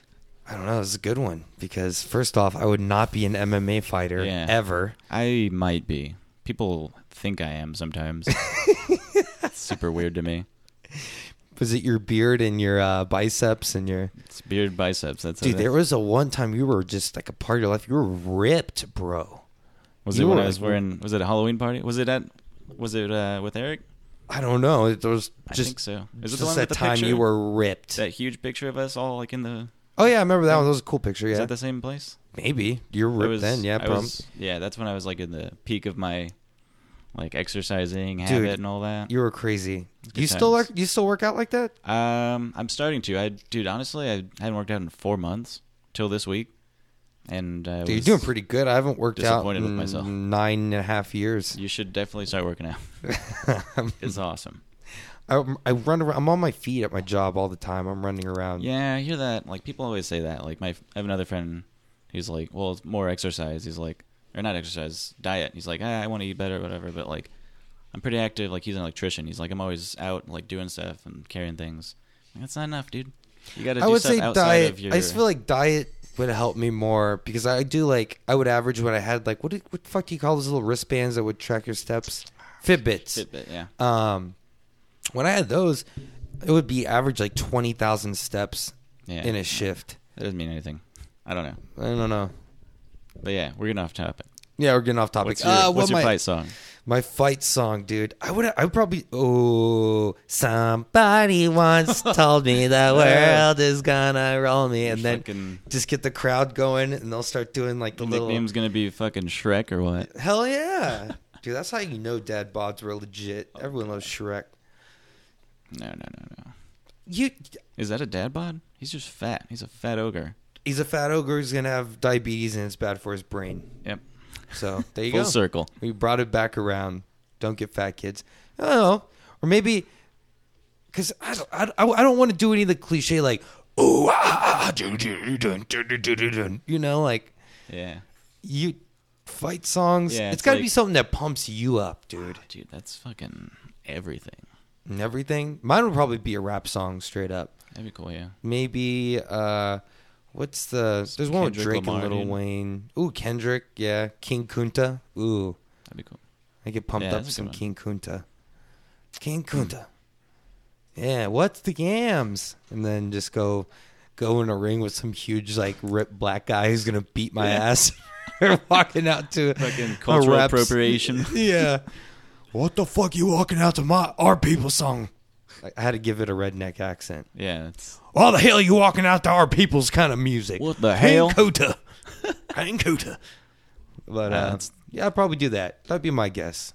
Speaker 2: I don't know. This is a good one because first off, I would not be an MMA fighter
Speaker 1: Yeah.
Speaker 2: ever.
Speaker 1: I might be. People think I am sometimes. it's super weird to me.
Speaker 2: Was it your beard and your uh, biceps and your
Speaker 1: It's beard biceps. That's
Speaker 2: dude?
Speaker 1: it.
Speaker 2: There was a one time you were just like a part of your life. You were ripped, bro.
Speaker 1: was
Speaker 2: you
Speaker 1: it when
Speaker 2: were
Speaker 1: I was
Speaker 2: like-
Speaker 1: wearing. Was it a Halloween party? Was it at? Was it uh, with Eric?
Speaker 2: I don't know. It was
Speaker 1: I
Speaker 2: just
Speaker 1: think so. Is it
Speaker 2: just
Speaker 1: the one with
Speaker 2: that
Speaker 1: the
Speaker 2: time
Speaker 1: picture?
Speaker 2: you were ripped.
Speaker 1: That huge picture of us all like in the.
Speaker 2: oh yeah, I remember that one. That was a cool picture.
Speaker 1: Is
Speaker 2: Yeah,
Speaker 1: that the same place?
Speaker 2: maybe you're
Speaker 1: I
Speaker 2: ripped
Speaker 1: was-
Speaker 2: then. Yeah,
Speaker 1: I
Speaker 2: prob-
Speaker 1: was- yeah, that's when I was like in the peak of my, like exercising
Speaker 2: Dude,
Speaker 1: habit and all that.
Speaker 2: you were crazy.
Speaker 1: good
Speaker 2: You still
Speaker 1: times.
Speaker 2: like you still work out like that?
Speaker 1: Um, I'm starting to. I dude, honestly, I hadn't worked out in four months till this week, and I
Speaker 2: Dude, you're
Speaker 1: was-
Speaker 2: doing pretty good. I haven't worked out
Speaker 1: disappointed with
Speaker 2: in
Speaker 1: myself.
Speaker 2: nine and a half years.
Speaker 1: You should definitely start working out. it's awesome.
Speaker 2: I, I run around. I'm on my feet at my job all the time. I'm running around.
Speaker 1: Yeah, I hear that. Like people always say that. Like my, I have another friend. He's like, well, it's more exercise. He's like, or not exercise, diet. He's like, ah, I want to eat better, whatever. But like, I'm pretty active. Like he's an electrician. He's like, I'm always out, like doing stuff and carrying things. Like, That's not enough, dude. You got to do
Speaker 2: I would
Speaker 1: stuff
Speaker 2: say
Speaker 1: outside
Speaker 2: diet.
Speaker 1: of your.
Speaker 2: I just feel like diet would help me more because I do like I would average what I had like what do- what the fuck do you call those little wristbands that would track your steps? Fitbits.
Speaker 1: Fitbit, yeah.
Speaker 2: Um, when I had those, it would be average like twenty thousand steps
Speaker 1: Yeah.
Speaker 2: in a shift.
Speaker 1: That doesn't mean anything. I don't know.
Speaker 2: I don't know.
Speaker 1: But yeah, we're getting off topic.
Speaker 2: Yeah, we're getting off topic.
Speaker 1: What's your,
Speaker 2: Uh, what
Speaker 1: what's your
Speaker 2: my-
Speaker 1: fight song?
Speaker 2: My fight song, dude. I would. I would probably. Oh, somebody once told me the world is gonna roll me, and then
Speaker 1: fucking-
Speaker 2: just get the crowd going, and they'll start doing like the
Speaker 1: The
Speaker 2: little.
Speaker 1: nickname's gonna be fucking Shrek or what?
Speaker 2: Hell yeah, dude. That's how you know Dad Bob's real legit.
Speaker 1: Oh,
Speaker 2: Everyone loves Shrek.
Speaker 1: No, no, no, no.
Speaker 2: You.
Speaker 1: Is that a dad bod? He's just fat. He's a fat ogre.
Speaker 2: He's a fat ogre. He's gonna have diabetes, and it's bad for his brain.
Speaker 1: Yep.
Speaker 2: So there you
Speaker 1: Full
Speaker 2: go.
Speaker 1: circle.
Speaker 2: We brought it back around. Don't get fat, kids. I don't know. Or maybe, because I don't, I, don't- I don't want to do any of the cliche, like, ooh, ah, ah, ah, doo, doo, dun, dun, dun, dun, dun, dun." you know, like,
Speaker 1: Yeah.
Speaker 2: you fight songs.
Speaker 1: Yeah,
Speaker 2: it's
Speaker 1: it's
Speaker 2: got to be
Speaker 1: like-
Speaker 2: something that pumps you up, dude,
Speaker 1: Dude, that's fucking everything.
Speaker 2: and everything. Mine would probably be a rap song straight up.
Speaker 1: That'd be cool, yeah.
Speaker 2: Maybe, uh, what's the, there's one with
Speaker 1: Kendrick
Speaker 2: Drake
Speaker 1: Lamar,
Speaker 2: and Lil
Speaker 1: dude.
Speaker 2: Wayne. Ooh, Kendrick, yeah. King Kunta. Ooh.
Speaker 1: That'd be cool.
Speaker 2: I get pumped
Speaker 1: Yeah,
Speaker 2: up
Speaker 1: that's a
Speaker 2: some
Speaker 1: good Hmm.
Speaker 2: King Kunta. King Kunta. Yeah, what's the yams? And then just go go in a ring with some huge like ripped black guy who's gonna beat my
Speaker 1: Yeah.
Speaker 2: ass. walking out to
Speaker 1: Fucking
Speaker 2: a
Speaker 1: cultural
Speaker 2: rap's-
Speaker 1: appropriation.
Speaker 2: yeah. What the fuck you walking out to my our people song? I- I had to give it a redneck accent.
Speaker 1: Yeah, it's
Speaker 2: Why the hell you walking out to our people's kind of music?
Speaker 1: What the
Speaker 2: King
Speaker 1: hell?
Speaker 2: Kunta. King Kunta. But
Speaker 1: Uh,
Speaker 2: uh,
Speaker 1: that's-
Speaker 2: yeah, I'd probably do that. That'd be my guess.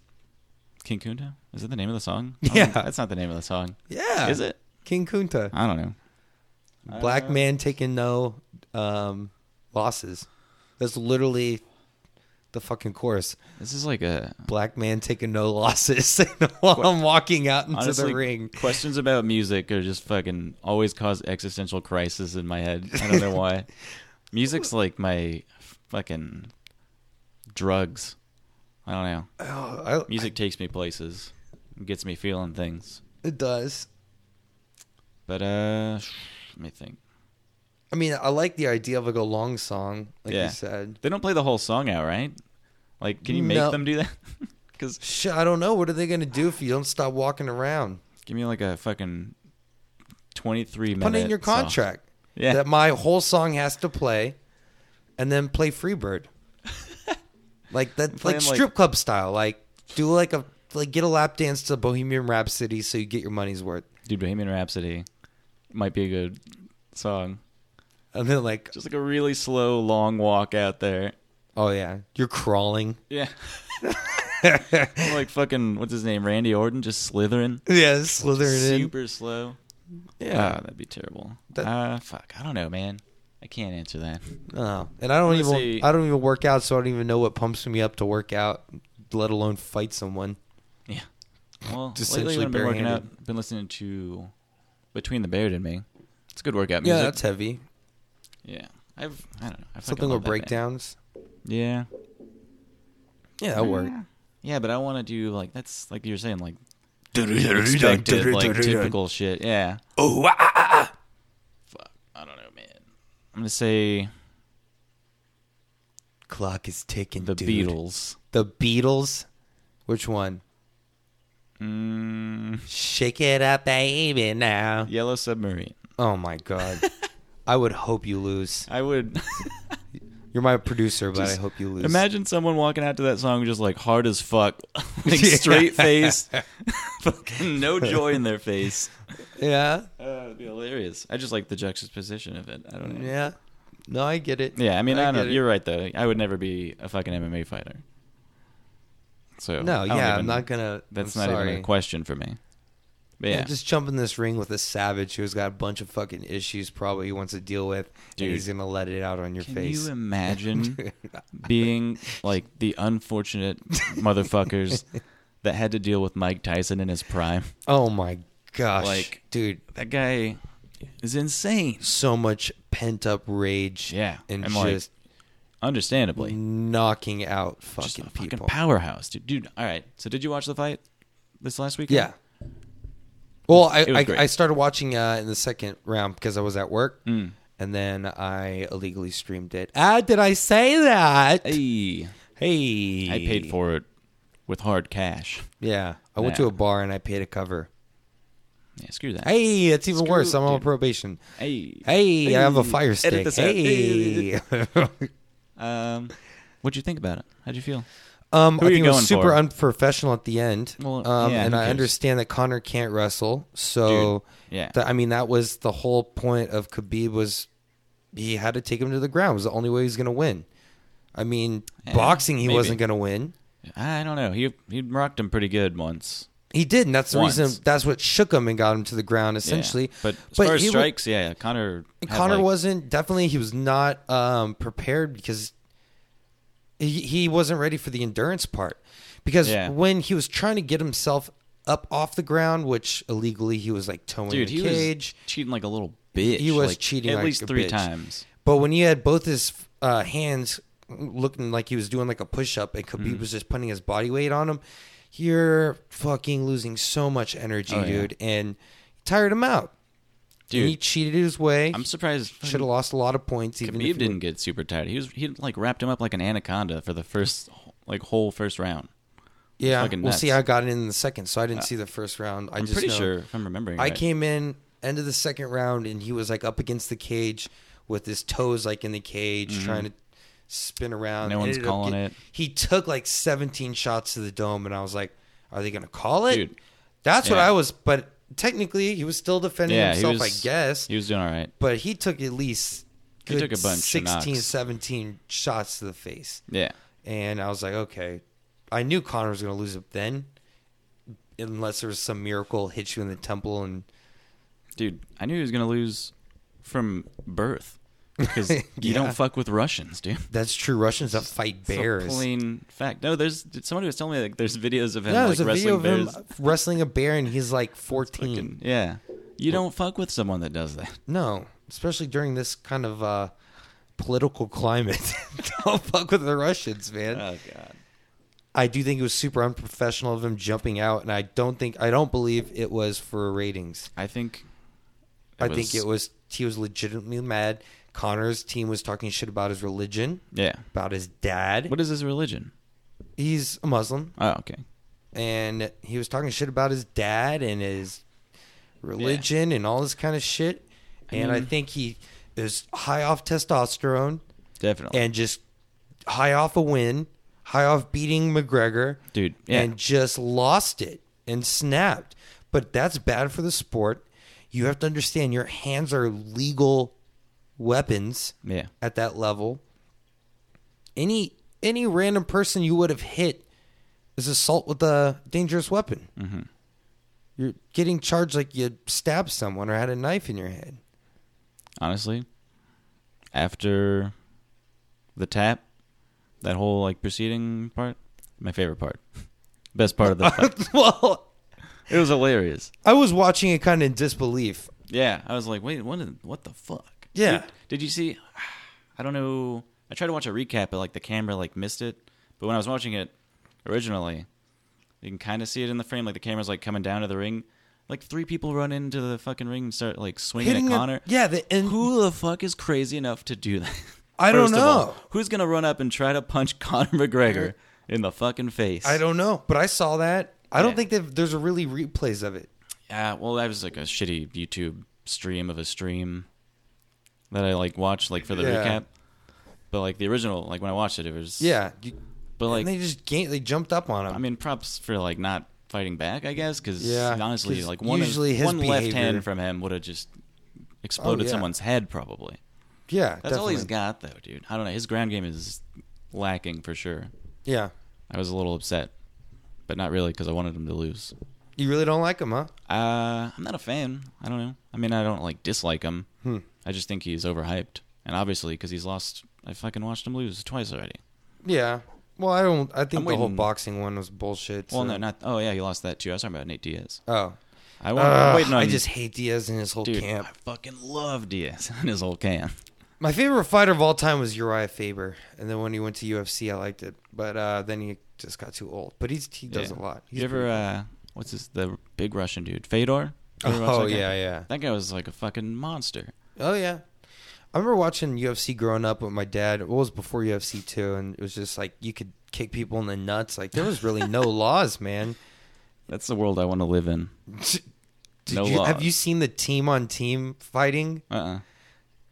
Speaker 1: King Kunta? Is that the name of the song? I don't-
Speaker 2: Yeah.
Speaker 1: That's not the name of the song.
Speaker 2: Yeah.
Speaker 1: Is it?
Speaker 2: King Kunta.
Speaker 1: I don't know.
Speaker 2: Black
Speaker 1: Uh,
Speaker 2: man taking no um, losses. That's literally the fucking chorus.
Speaker 1: This is like a
Speaker 2: Black man taking no losses while I'm walking out into
Speaker 1: honestly
Speaker 2: the ring.
Speaker 1: questions about music are just fucking always cause existential crisis in my head. I don't know why. Music's like my fucking drugs. I don't know.
Speaker 2: Oh, I,
Speaker 1: Music takes me places, gets me feeling things.
Speaker 2: it does.
Speaker 1: But uh, let me think.
Speaker 2: I mean, I like the idea of like a long song, like
Speaker 1: Yeah.
Speaker 2: you said.
Speaker 1: They don't play the whole song out, right? Like, can you make
Speaker 2: No.
Speaker 1: them do that? Because
Speaker 2: Shit, I don't know. What are they gonna do if you don't stop walking around?
Speaker 1: give me like a fucking twenty-three minute.
Speaker 2: Put it in your
Speaker 1: song.
Speaker 2: contract
Speaker 1: Yeah.
Speaker 2: that my whole song has to play, and then play Freebird, like that,
Speaker 1: Play
Speaker 2: like
Speaker 1: 'em, like-
Speaker 2: strip club style. Like do like a like get a lap dance to Bohemian Rhapsody so you get your money's worth,
Speaker 1: Dude, Bohemian Rhapsody might be a good song.
Speaker 2: and then like
Speaker 1: Just like a really slow, long walk out there.
Speaker 2: oh yeah, you're crawling.
Speaker 1: Yeah. like fucking, what's his name? Randy Orton just slithering.
Speaker 2: Yeah, slithering
Speaker 1: Super slow.
Speaker 2: in.
Speaker 1: Yeah,
Speaker 2: Yeah.
Speaker 1: that'd be terrible.
Speaker 2: That-
Speaker 1: uh, fuck. I don't know, man. I can't answer that.
Speaker 2: Oh, and I don't
Speaker 1: Let me
Speaker 2: even
Speaker 1: see.
Speaker 2: I don't even work out, so I don't even know what pumps me up to work out, let alone fight someone.
Speaker 1: Yeah. Well,
Speaker 2: Just
Speaker 1: lately when
Speaker 2: essentially
Speaker 1: I've been working out,
Speaker 2: barehanded.
Speaker 1: I've been listening to Between the Baird and Me. It's good workout
Speaker 2: Yeah,
Speaker 1: music.
Speaker 2: that's heavy.
Speaker 1: yeah. I've I don't know. I fucking
Speaker 2: Something
Speaker 1: love
Speaker 2: with
Speaker 1: that band.
Speaker 2: breakdowns.
Speaker 1: Yeah.
Speaker 2: Yeah, that work.
Speaker 1: Yeah, but I want to do like that's like you're saying like expected like typical shit. Yeah.
Speaker 2: Oh, ah, ah, ah.
Speaker 1: Fuck. I don't know, man. I'm gonna say
Speaker 2: clock is ticking.
Speaker 1: the
Speaker 2: dude.
Speaker 1: Beatles.
Speaker 2: The Beatles. Which one?
Speaker 1: Mm,
Speaker 2: Shake it up, baby. Now.
Speaker 1: Yellow Submarine.
Speaker 2: Oh my god. I would hope you lose.
Speaker 1: I would
Speaker 2: You're my producer, but I
Speaker 1: Just
Speaker 2: hope you lose.
Speaker 1: imagine someone walking out to that song just like hard as fuck, like
Speaker 2: Yeah.
Speaker 1: straight face, fucking no joy in their face.
Speaker 2: yeah,
Speaker 1: Uh, it'd be hilarious. I just like the juxtaposition of it. I don't know. Yeah,
Speaker 2: yeah. No, I get it.
Speaker 1: I mean, I,
Speaker 2: get
Speaker 1: don't.
Speaker 2: it.
Speaker 1: You're right though. I would never be a fucking MMA fighter. So
Speaker 2: No,
Speaker 1: I don't
Speaker 2: yeah, I'm
Speaker 1: even-
Speaker 2: not gonna.
Speaker 1: That's
Speaker 2: I'm
Speaker 1: not
Speaker 2: sorry.
Speaker 1: even a question for me. But yeah,
Speaker 2: Yeah, just jump in this ring with a savage who's got a bunch of fucking issues probably he wants to deal with,
Speaker 1: Dude.
Speaker 2: and he's gonna let it out on your
Speaker 1: Can
Speaker 2: face.
Speaker 1: you imagine being like the unfortunate motherfuckers that had to deal with Mike Tyson in his prime?
Speaker 2: oh my gosh,
Speaker 1: Like-
Speaker 2: dude,
Speaker 1: That guy is insane.
Speaker 2: so much pent up rage,
Speaker 1: Yeah,
Speaker 2: and
Speaker 1: I'm like,
Speaker 2: just
Speaker 1: Understandably,
Speaker 2: knocking out fucking
Speaker 1: just a fucking
Speaker 2: people.
Speaker 1: powerhouse, dude. Dude, all right. So did you watch the fight this last weekend?
Speaker 2: yeah. Well, I
Speaker 1: It was
Speaker 2: I,
Speaker 1: great. Mm.
Speaker 2: I started watching uh, in the second round because I was at work, and then I illegally streamed it. Ah, did I say that?
Speaker 1: Hey,
Speaker 2: Hey,
Speaker 1: I paid for it with hard cash.
Speaker 2: Yeah, I went
Speaker 1: Yeah.
Speaker 2: to a bar and I paid a cover.
Speaker 1: Yeah, screw that.
Speaker 2: Hey, that's even
Speaker 1: Screw
Speaker 2: worse. I'm on
Speaker 1: dude.
Speaker 2: probation.
Speaker 1: Hey.
Speaker 2: Hey, I have a
Speaker 1: Hey.
Speaker 2: fire
Speaker 1: Edit
Speaker 2: stick.
Speaker 1: this out.
Speaker 2: Hey.
Speaker 1: Um, what'd you think about it? How'd you feel?
Speaker 2: um,
Speaker 1: Who
Speaker 2: I
Speaker 1: are you
Speaker 2: think it was
Speaker 1: going
Speaker 2: super
Speaker 1: for?
Speaker 2: unprofessional at the end.
Speaker 1: Well,
Speaker 2: um,
Speaker 1: yeah,
Speaker 2: and
Speaker 1: who
Speaker 2: I
Speaker 1: cares?
Speaker 2: understand that Connor can't wrestle. So,
Speaker 1: Dude, yeah.
Speaker 2: that- I mean, that was the whole point of Khabib was he had to take him to the ground. It was the only way he was going to win. I mean,
Speaker 1: Eh,
Speaker 2: boxing, he
Speaker 1: maybe.
Speaker 2: wasn't going to win.
Speaker 1: I don't know. He he rocked him pretty good once.
Speaker 2: He did, and that's the
Speaker 1: Once.
Speaker 2: reason. That's what shook him and got him to the ground,
Speaker 1: Yeah.
Speaker 2: essentially.
Speaker 1: But as far as
Speaker 2: he wa-
Speaker 1: strikes, yeah, Connor.
Speaker 2: And
Speaker 1: had,
Speaker 2: Connor
Speaker 1: like-
Speaker 2: wasn't definitely he was not um, prepared because he, he wasn't ready for the endurance part because
Speaker 1: Yeah.
Speaker 2: when he was trying to get himself up off the ground, which illegally he was like towing
Speaker 1: dude.
Speaker 2: the
Speaker 1: He
Speaker 2: cage,
Speaker 1: was cheating like a little bitch.
Speaker 2: He was
Speaker 1: like,
Speaker 2: cheating
Speaker 1: at
Speaker 2: like
Speaker 1: least
Speaker 2: a
Speaker 1: three
Speaker 2: bitch.
Speaker 1: times.
Speaker 2: but when he had both his uh, hands looking like he was doing like a push up and
Speaker 1: Mm-hmm.
Speaker 2: Khabib was just putting his body weight on him, you're fucking losing so much energy,
Speaker 1: Oh, yeah.
Speaker 2: dude, and tired him out. and he
Speaker 1: Dude,
Speaker 2: cheated his way.
Speaker 1: I'm surprised.
Speaker 2: should have
Speaker 1: fucking
Speaker 2: lost a lot of points. Even if
Speaker 1: Khabib
Speaker 2: he
Speaker 1: didn't get super tired. He was he like wrapped him up like an anaconda for the first like whole first round.
Speaker 2: Yeah,
Speaker 1: fucking
Speaker 2: we'll see.
Speaker 1: nuts. Uh,
Speaker 2: I got in, in the second, so I didn't see the first round. I
Speaker 1: I'm
Speaker 2: just
Speaker 1: pretty
Speaker 2: know-
Speaker 1: sure if I'm remembering.
Speaker 2: I
Speaker 1: right.
Speaker 2: came in end of the second round, and he was like up against the cage with his toes like in the cage, trying to spin around.
Speaker 1: Mm-hmm. No
Speaker 2: It
Speaker 1: one's
Speaker 2: ended up
Speaker 1: calling
Speaker 2: get-
Speaker 1: it.
Speaker 2: He took like 17 shots to the dome, and I was like, "Are they gonna call it?"
Speaker 1: Dude.
Speaker 2: That's what
Speaker 1: Yeah.
Speaker 2: I was. But technically, he was still defending
Speaker 1: Yeah,
Speaker 2: himself,
Speaker 1: he was,
Speaker 2: I guess.
Speaker 1: he was doing all right.
Speaker 2: but he took at least
Speaker 1: He
Speaker 2: good
Speaker 1: took a bunch of
Speaker 2: 16,
Speaker 1: knocks.
Speaker 2: 17 shots to the face.
Speaker 1: Yeah,
Speaker 2: And I was like, okay, I knew Connor was going to lose it then, unless there was some miracle hit you in the temple and
Speaker 1: dude. I knew he was gonna lose from birth because you
Speaker 2: Yeah.
Speaker 1: don't fuck with Russians, dude.
Speaker 2: That's true. Russians that fight
Speaker 1: It's a
Speaker 2: bears.
Speaker 1: plain fact. No, there's did someone who was telling me like there's videos of him
Speaker 2: yeah,
Speaker 1: like
Speaker 2: there's a
Speaker 1: wrestling
Speaker 2: video of him uh, mm.
Speaker 1: bears.
Speaker 2: wrestling a bear, and he's like 14.
Speaker 1: Yeah, you don't fuck with someone that does that.
Speaker 2: No, especially during this kind of uh, political climate. Don't fuck with the Russians, man.
Speaker 1: Oh god.
Speaker 2: I do think it was super unprofessional of him jumping out, and I don't think I don't believe it was for ratings.
Speaker 1: I think.
Speaker 2: I think it was he was legitimately mad. Connor's team was talking shit about his religion,
Speaker 1: Yeah.
Speaker 2: about his dad.
Speaker 1: What is his religion?
Speaker 2: He's a Muslim,
Speaker 1: Oh, okay.
Speaker 2: and he was talking shit about his dad and his religion and all this kind of shit. And I
Speaker 1: mean-
Speaker 2: think he is high off testosterone.
Speaker 1: Definitely.
Speaker 2: and just high off a win, high off beating McGregor,
Speaker 1: Dude, yeah.
Speaker 2: and just lost it and snapped. But that's bad for the sport. You have to understand your hands are legal weapons
Speaker 1: yeah.
Speaker 2: at that level. Any any random person you would have hit is assault with a dangerous weapon. Mm-hmm. You're getting charged like you stabbed someone or had a knife in your head.
Speaker 1: Honestly, after the tap, that whole like proceeding part, my favorite part, best part of the fight.
Speaker 2: well,
Speaker 1: It was hilarious.
Speaker 2: I was watching it kind of in disbelief.
Speaker 1: Yeah, I was like, wait, what? Is, what the fuck?
Speaker 2: Yeah.
Speaker 1: Did, did you see? I don't know. I tried to watch a recap, but like the camera like missed it. But when I was watching it originally, you can kind of see it in the frame. Like the camera's like coming down to the ring. Like three people run into the fucking ring and start like swinging at
Speaker 2: a-
Speaker 1: Connor.
Speaker 2: yeah, the, and
Speaker 1: Who the fuck is crazy enough to do that?
Speaker 2: I don't
Speaker 1: First of all,
Speaker 2: know.
Speaker 1: who's gonna run up and try to punch Conor McGregor in the fucking face?
Speaker 2: I don't know, but I saw that. I don't
Speaker 1: Yeah.
Speaker 2: think that there's a really replays of it.
Speaker 1: Yeah, well, that was like a shitty YouTube stream of a stream that I like watched like for the
Speaker 2: Yeah.
Speaker 1: recap. But like the original, like when I watched it, it was
Speaker 2: Yeah, you,
Speaker 1: But
Speaker 2: and they
Speaker 1: like,
Speaker 2: just gained, they jumped up on him.
Speaker 1: I mean, props for like not fighting back, I guess, because
Speaker 2: Yeah,
Speaker 1: honestly,
Speaker 2: 'cause
Speaker 1: like one
Speaker 2: usually his
Speaker 1: one left
Speaker 2: behavior- Oh,
Speaker 1: hand from him would have just exploded
Speaker 2: yeah.
Speaker 1: someone's head probably.
Speaker 2: yeah,
Speaker 1: That's all he's
Speaker 2: definitely.
Speaker 1: got though, dude. I don't know. His ground game is lacking for sure.
Speaker 2: Yeah,
Speaker 1: I was a little upset, but not really because I wanted him to lose.
Speaker 2: you really don't like him, huh?
Speaker 1: Uh, I'm not a fan. I don't know. I mean, I don't like dislike him.
Speaker 2: Hmm.
Speaker 1: I just think he's overhyped, and obviously because he's lost, I fucking watched him lose twice already.
Speaker 2: Yeah. Well, I don't. I think
Speaker 1: I'm
Speaker 2: the whole
Speaker 1: waiting.
Speaker 2: boxing one was bullshit.
Speaker 1: Well,
Speaker 2: so-
Speaker 1: no, not. Oh yeah, he lost that too. I was talking about Nate Diaz.
Speaker 2: Oh,
Speaker 1: I wa- I'm
Speaker 2: Ugh,
Speaker 1: waiting on.
Speaker 2: I just hate Diaz and his whole
Speaker 1: dude.
Speaker 2: camp.
Speaker 1: I fucking love Diaz and his whole camp.
Speaker 2: My favorite fighter of all time was Uriah Faber, and then when he went to UFC, I liked it, but uh, then he just got too old. But he's, he does
Speaker 1: Yeah.
Speaker 2: a lot. He's
Speaker 1: You ever? Uh, what's his the big Russian dude? Fedor. You ever watch
Speaker 2: Oh
Speaker 1: that guy?
Speaker 2: yeah, yeah.
Speaker 1: That guy was like a fucking monster.
Speaker 2: Oh yeah. I remember watching UFC growing up with my dad. It was before UFC too, and it was just like you could kick people in the nuts. Like there was really no laws, man.
Speaker 1: That's the world I want to live in.
Speaker 2: Did
Speaker 1: No
Speaker 2: you, Have
Speaker 1: laws.
Speaker 2: you seen the team on team fighting?
Speaker 1: Uh. uh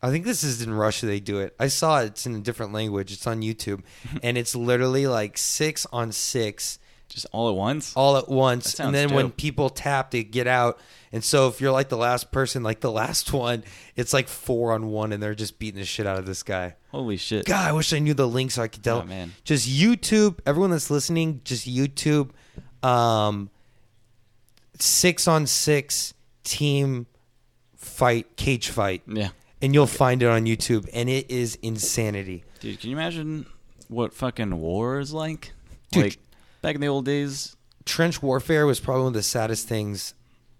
Speaker 2: I think this is in Russia. They do it. I saw it. It's in a different language. It's on YouTube, and it's literally like six on six
Speaker 1: Just all at once.
Speaker 2: all at once.
Speaker 1: That
Speaker 2: And
Speaker 1: sounds
Speaker 2: then when
Speaker 1: dope.
Speaker 2: people tap, they get out. And so if you're like the last person, like the last one, it's like four on one, and they're just beating the shit out of this guy.
Speaker 1: Holy shit.
Speaker 2: God, I wish I knew the link so I could tell.
Speaker 1: Oh, man.
Speaker 2: Just YouTube. Everyone that's listening, just YouTube. Um, six on six team fight, cage fight,
Speaker 1: Yeah.
Speaker 2: and you'll find it on YouTube. And it is insanity.
Speaker 1: Dude, can you imagine what fucking war is like?
Speaker 2: Dude.
Speaker 1: Like back in the old days.
Speaker 2: Trench warfare was probably one of the saddest things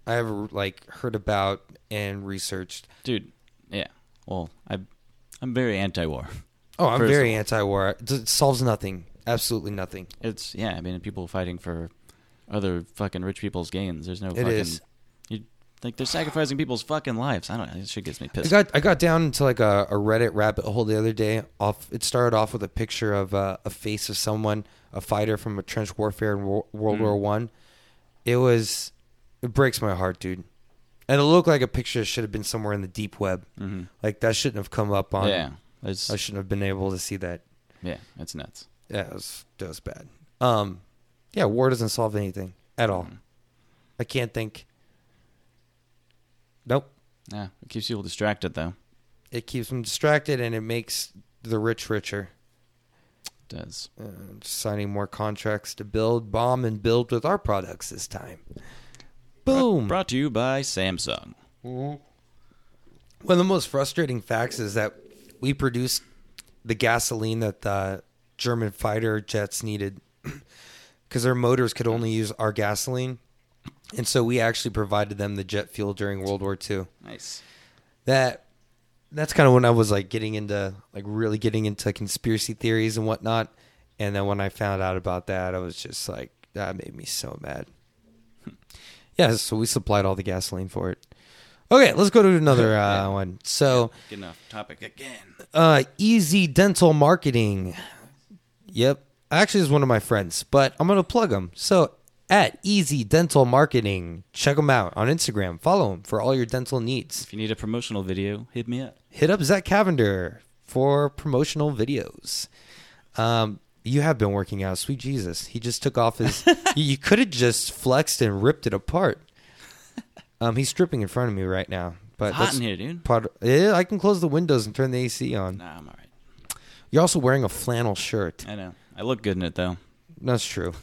Speaker 2: I ever like heard about and researched.
Speaker 1: Dude, yeah. Well, I I'm very anti-war.
Speaker 2: Oh, I'm
Speaker 1: First of
Speaker 2: very anti-war. It d- solves nothing. Absolutely nothing.
Speaker 1: It's yeah, I mean people fighting for other fucking rich people's gains. There's no fucking
Speaker 2: is.
Speaker 1: You, like they're sacrificing people's fucking lives. I don't know. This shit gets me
Speaker 2: I
Speaker 1: pissed.
Speaker 2: got I got down into like a, a Reddit rabbit hole the other day. Off it started off with a picture of uh, a face of someone, a fighter from a trench warfare in Wo-
Speaker 1: Mm.
Speaker 2: World War One. It was it breaks my heart, dude. And it looked like a picture that should have been somewhere in the deep web. Like that shouldn't have come up on.
Speaker 1: Mm-hmm. yeah. It's
Speaker 2: I shouldn't have been able to see that.
Speaker 1: yeah, it's nuts.
Speaker 2: Yeah, it was that was bad. Um, yeah, war doesn't solve anything at all. I can't think. Nope.
Speaker 1: Yeah, it keeps people distracted though.
Speaker 2: It keeps them distracted and it makes the rich richer.
Speaker 1: It does.
Speaker 2: Uh, signing more contracts to build, bomb, and build with our products this time. Boom.
Speaker 1: Brought to you by Samsung.
Speaker 2: One of the most frustrating facts is that we produced the gasoline that the German fighter jets needed because their motors could only use our gasoline. And so we actually provided them the jet fuel during World War II.
Speaker 1: Nice.
Speaker 2: That that's kind of when I was like getting into like really getting into conspiracy theories and whatnot. And then when I found out about that, I was just like that made me so mad. yeah, so we supplied all the gasoline for it. Okay, let's go to another uh, one. So
Speaker 1: Getting off topic again.
Speaker 2: uh, Easy Dental Marketing. Yep. Actually, is one of my friends, but I'm going to plug them. So, at Easy Dental Marketing, check them out on Instagram. Follow him for all your dental needs.
Speaker 1: If you need a promotional video, hit me up.
Speaker 2: Hit up Zach Cavender for promotional videos. Um, you have been working out. Sweet Jesus. He just took off his. you you could have just flexed and ripped it apart. Um, he's stripping in front of me right now. But
Speaker 1: It's hot
Speaker 2: that's
Speaker 1: in here, dude.
Speaker 2: Part yeah, I can close the windows and turn the AC on.
Speaker 1: Nah, I'm all right.
Speaker 2: You're also wearing a flannel shirt.
Speaker 1: I know. I look good in it though.
Speaker 2: That's true.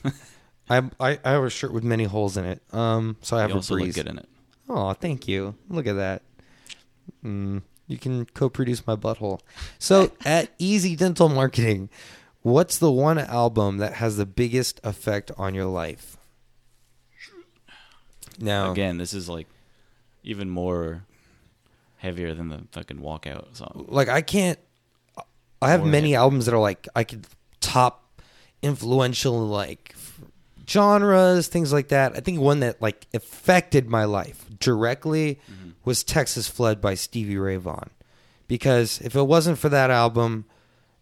Speaker 2: I, I I have a shirt with many holes in it. Um, so I have
Speaker 1: you also
Speaker 2: a
Speaker 1: look
Speaker 2: breeze.
Speaker 1: good in it.
Speaker 2: Oh, thank you. Look at that. Mm, you can co-produce my butthole. So at Easy Dental Marketing, what's the one album that has the biggest effect on your life? Now,
Speaker 1: Again, this is like even more heavier than the fucking walkout song.
Speaker 2: like I can't. I have
Speaker 1: Warhead.
Speaker 2: many albums that are like I could top influential like f- genres, things like that. I think one that like affected my life directly was Texas Flood by Stevie Ray Vaughan, because if it wasn't for that album,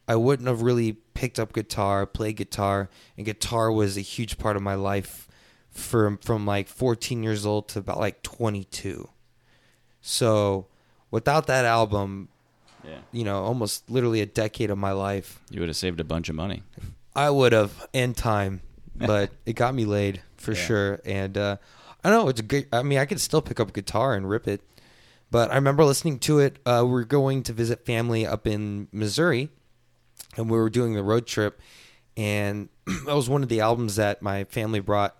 Speaker 2: I wouldn't have really picked up guitar, played guitar, and guitar was a huge part of my life from from like 14 years old to about like 22. So, without that album,
Speaker 1: Yeah.
Speaker 2: you know, almost literally a decade of my life.
Speaker 1: You would have saved a bunch of money.
Speaker 2: I would have and time, but it got me laid for
Speaker 1: Yeah.
Speaker 2: sure. And uh, I don't know it's a good. I mean, I could still pick up guitar and rip it, but I remember listening to it. Uh, we were going to visit family up in Missouri, and we were doing the road trip, and that was one of the albums that my family brought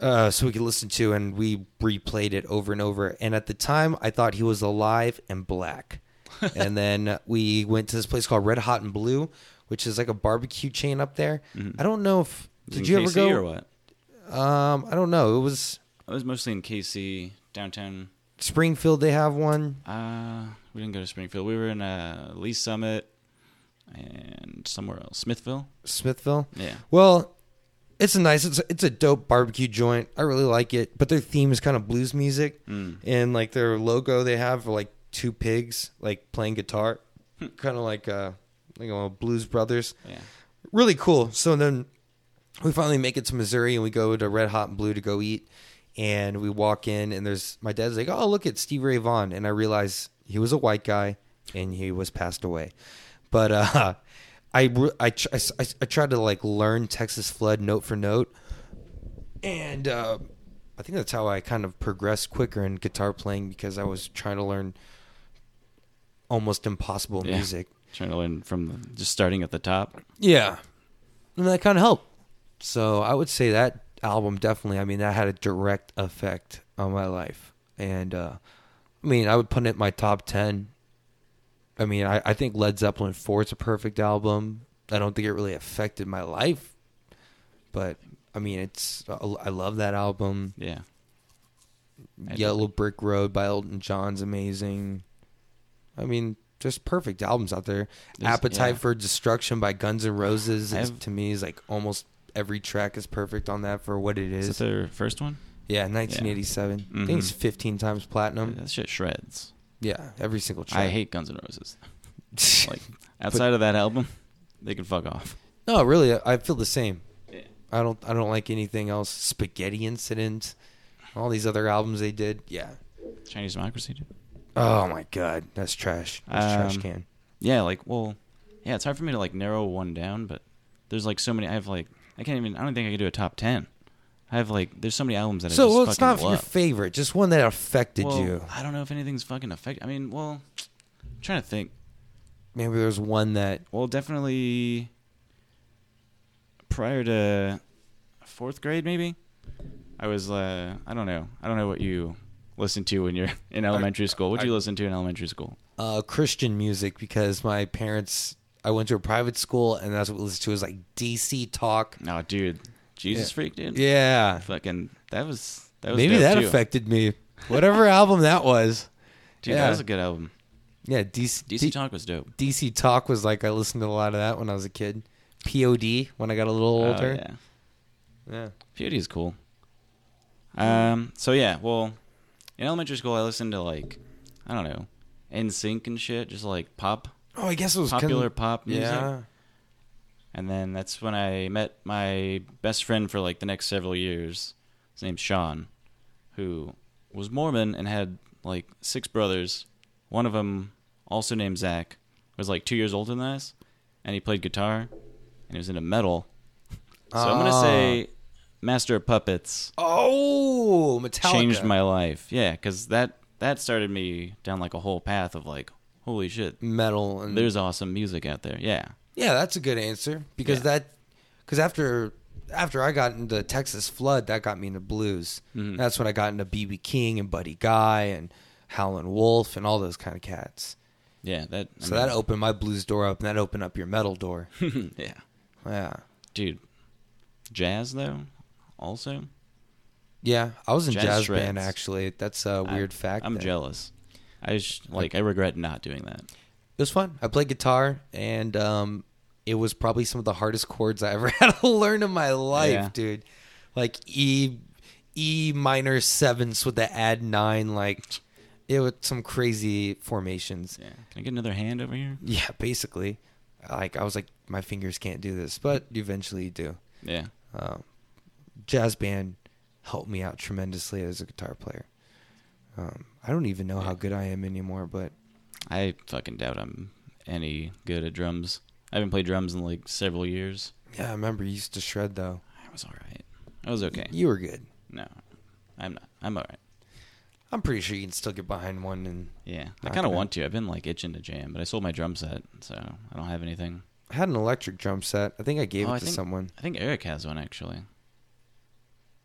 Speaker 2: uh, so we could listen to, and we replayed it over and over. And at the time, I thought he was alive and black. and then we went to this place called Red Hot and Blue, which is like a barbecue chain up there. I don't know if
Speaker 1: Was Mm-hmm. it
Speaker 2: did
Speaker 1: in
Speaker 2: you ever
Speaker 1: KC
Speaker 2: go.
Speaker 1: or what?
Speaker 2: Um, I don't know. It was
Speaker 1: I was mostly in KC downtown.
Speaker 2: Springfield. They have one.
Speaker 1: Uh, we didn't go to Springfield. We were in uh, Lee Summit and somewhere else, Smithville.
Speaker 2: Smithville.
Speaker 1: Yeah.
Speaker 2: Well, it's a nice. It's it's a dope barbecue joint. I really like it. But their theme is kind of blues music, and like their logo they have are like two pigs like playing guitar, kind of like uh like a Blues Brothers.
Speaker 1: Yeah.
Speaker 2: Really cool. So then we finally make it to Missouri and we go to Red Hot and Blue to go eat. And we walk in and there's my dad's like, oh look at Steve Ray Vaughan, and I realize he was a white guy and he was passed away. But uh, I re- I, tr- I s- I s- I tried to like learn Texas Flood note for note, and uh, I think that's how I kind of progressed quicker in guitar playing because I was trying to learn almost impossible
Speaker 1: Yeah.
Speaker 2: music.
Speaker 1: Trying to learn from the, just starting at the top.
Speaker 2: Yeah. And that kind of helped. So I would say that album definitely, I mean, that had a direct effect on my life. And, uh, I mean, I would put it in my top 10. I mean, I, I think Led Zeppelin 4 is a perfect album. I don't think it really affected my life, but I mean, it's, I love that album.
Speaker 1: Yeah. I
Speaker 2: Yellow Brick Road by Elton John's amazing. I mean, just perfect albums out there.
Speaker 1: There's-
Speaker 2: Appetite
Speaker 1: yeah.
Speaker 2: for Destruction by Guns N' Roses
Speaker 1: I
Speaker 2: is,
Speaker 1: have-
Speaker 2: to me is like almost every track is perfect on that for what it
Speaker 1: Is
Speaker 2: is.
Speaker 1: that their first one?
Speaker 2: yeah, 1987. I think it's
Speaker 1: Mhm.
Speaker 2: 15 times platinum.
Speaker 1: that shit shreds.
Speaker 2: Yeah, every single track.
Speaker 1: I hate Guns N' Roses. Like outside of that album, they can fuck off.
Speaker 2: no, really, I I feel the same.
Speaker 1: Yeah.
Speaker 2: I don't I don't like anything else. Spaghetti Incident, all these other albums they did. Yeah.
Speaker 1: Chinese Democracy, dude.
Speaker 2: Oh my god, that's trash. That's trash
Speaker 1: Um,
Speaker 2: can.
Speaker 1: Yeah, like well, yeah. It's hard for me to like narrow one down, but there's like so many. I have like I can't even. I don't think I could do a top ten. I have like there's so many albums that I
Speaker 2: So
Speaker 1: just
Speaker 2: well, it's
Speaker 1: fucking
Speaker 2: not your
Speaker 1: love.
Speaker 2: favorite, just one that affected
Speaker 1: Well,
Speaker 2: you.
Speaker 1: I don't know if anything's fucking affect. I mean, well, I'm trying to think.
Speaker 2: Maybe there's one that
Speaker 1: Well, definitely prior to fourth grade, maybe I was. Uh, I don't know. I don't know what you listen to when you're in elementary school? What do you listen to in elementary school?
Speaker 2: uh, Christian music because my parents. I went to a private school, and that's what we listened to was like DC talk.
Speaker 1: No, dude, Jesus Freak, dude.
Speaker 2: Yeah,
Speaker 1: fucking that was that was
Speaker 2: maybe
Speaker 1: dope,
Speaker 2: that
Speaker 1: too.
Speaker 2: affected me. Whatever album that was.
Speaker 1: Dude,
Speaker 2: yeah.
Speaker 1: that was a good album.
Speaker 2: Yeah, DC,
Speaker 1: DC
Speaker 2: D-
Speaker 1: Talk was dope.
Speaker 2: DC talk was like I listened to a lot of that when I was a kid. POD when I got a little
Speaker 1: Oh,
Speaker 2: older.
Speaker 1: yeah.
Speaker 2: yeah.
Speaker 1: Beauty is cool. Um. So yeah. Well, in elementary school, I listened to like, I don't know, NSYNC and shit, just like pop,
Speaker 2: Oh, I guess it was kind of-
Speaker 1: popular pop music.
Speaker 2: Yeah.
Speaker 1: And then that's when I met my best friend for like the next several years. His name's Sean, who was Mormon and had like six brothers. One of them, also named Zach, was like two years older than us, and he played guitar, and he was into metal. So I'm gonna
Speaker 2: Ah.
Speaker 1: say, Master of Puppets
Speaker 2: Oh, Metallica
Speaker 1: changed my life. Yeah, because that that started me down like a whole path of like, holy shit,
Speaker 2: metal and
Speaker 1: there's awesome music out there. Yeah,
Speaker 2: Yeah, that's a good answer because
Speaker 1: Yeah.
Speaker 2: that because after after I got into Texas Flood, that got me into blues.
Speaker 1: Mm-hmm.
Speaker 2: That's when I got into BB King and Buddy Guy and Howlin' Wolf and all those kind of cats.
Speaker 1: yeah. That I
Speaker 2: So
Speaker 1: mean,
Speaker 2: that opened my blues door up, and that opened up your metal door.
Speaker 1: yeah,
Speaker 2: yeah,
Speaker 1: dude. Jazz though, also
Speaker 2: yeah. I was in
Speaker 1: Jazz
Speaker 2: jazz,
Speaker 1: shreds.
Speaker 2: band actually. That's a weird
Speaker 1: I-
Speaker 2: fact.
Speaker 1: I'm
Speaker 2: that-
Speaker 1: jealous. I sh- like I regret not doing that.
Speaker 2: It was fun. I played guitar, and um, it was probably some of the hardest chords I ever had to learn in my life,
Speaker 1: Yeah.
Speaker 2: dude. Like E E minor sevenths with the add nine, like it was some crazy formations.
Speaker 1: Yeah. Can I get another hand over here?
Speaker 2: Yeah, basically, like I was like, my fingers can't do this, but eventually you do.
Speaker 1: Yeah.
Speaker 2: Um, jazz band helped me out tremendously as a guitar player. Um, I don't even know how good I am anymore, but
Speaker 1: I fucking doubt I'm any good at drums. I haven't played drums in like several years.
Speaker 2: yeah, I remember you used to shred though.
Speaker 1: I was all right. I was okay.
Speaker 2: You were good.
Speaker 1: No, I'm not. I'm all right.
Speaker 2: I'm pretty sure you can still get behind one, and
Speaker 1: Yeah, I
Speaker 2: Not
Speaker 1: kind of
Speaker 2: bad.
Speaker 1: want to. I've been like itching to jam, but I sold my drum set, so I don't have anything.
Speaker 2: I had an electric drum set. I think I gave
Speaker 1: Oh,
Speaker 2: it
Speaker 1: I
Speaker 2: to
Speaker 1: think-
Speaker 2: someone.
Speaker 1: I think Eric has one actually.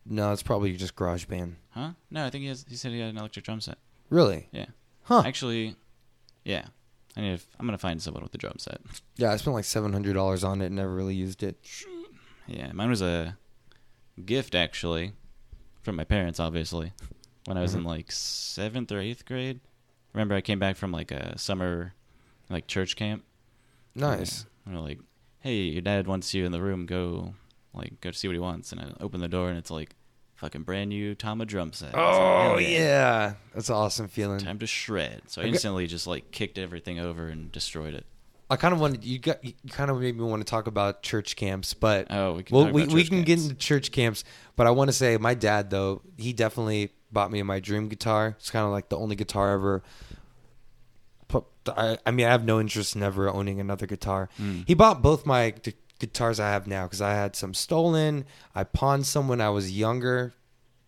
Speaker 2: No, it's probably just GarageBand.
Speaker 1: Huh? No, I think he has. He said he had an electric drum set.
Speaker 2: Really?
Speaker 1: Yeah.
Speaker 2: Huh?
Speaker 1: Actually, yeah. I need. To, f- I'm gonna find someone with a drum set.
Speaker 2: yeah, I spent like seven hundred dollars on it and never really used it.
Speaker 1: Yeah, mine was a gift actually from my parents, obviously, when I was in
Speaker 2: Mm-hmm.
Speaker 1: like seventh or eighth grade. Remember, I came back from like a summer, like church camp.
Speaker 2: Nice.
Speaker 1: Yeah. And they're like, hey, your dad wants you in the room. Go, like, go see what he wants. And I open the door, and it's like, fucking brand new Tama drum set. I was like,
Speaker 2: Oh
Speaker 1: "Hell
Speaker 2: yeah. that's an awesome feeling.
Speaker 1: Time to shred. So I
Speaker 2: Okay.
Speaker 1: instantly just like kicked everything over and destroyed it.
Speaker 2: I kind of wanted you got you kind of made me want to talk about church camps, but
Speaker 1: Oh, we can
Speaker 2: well,
Speaker 1: talk
Speaker 2: we
Speaker 1: about
Speaker 2: we
Speaker 1: church
Speaker 2: can get
Speaker 1: camps.
Speaker 2: into church camps. But I want to say my dad though he definitely bought me my dream guitar. It's kind of like the only guitar ever. Pu- I, I mean, I have no interest in ever owning another guitar.
Speaker 1: Hmm.
Speaker 2: He bought both my gu- guitars I have now because I had some stolen. I pawned some when I was younger.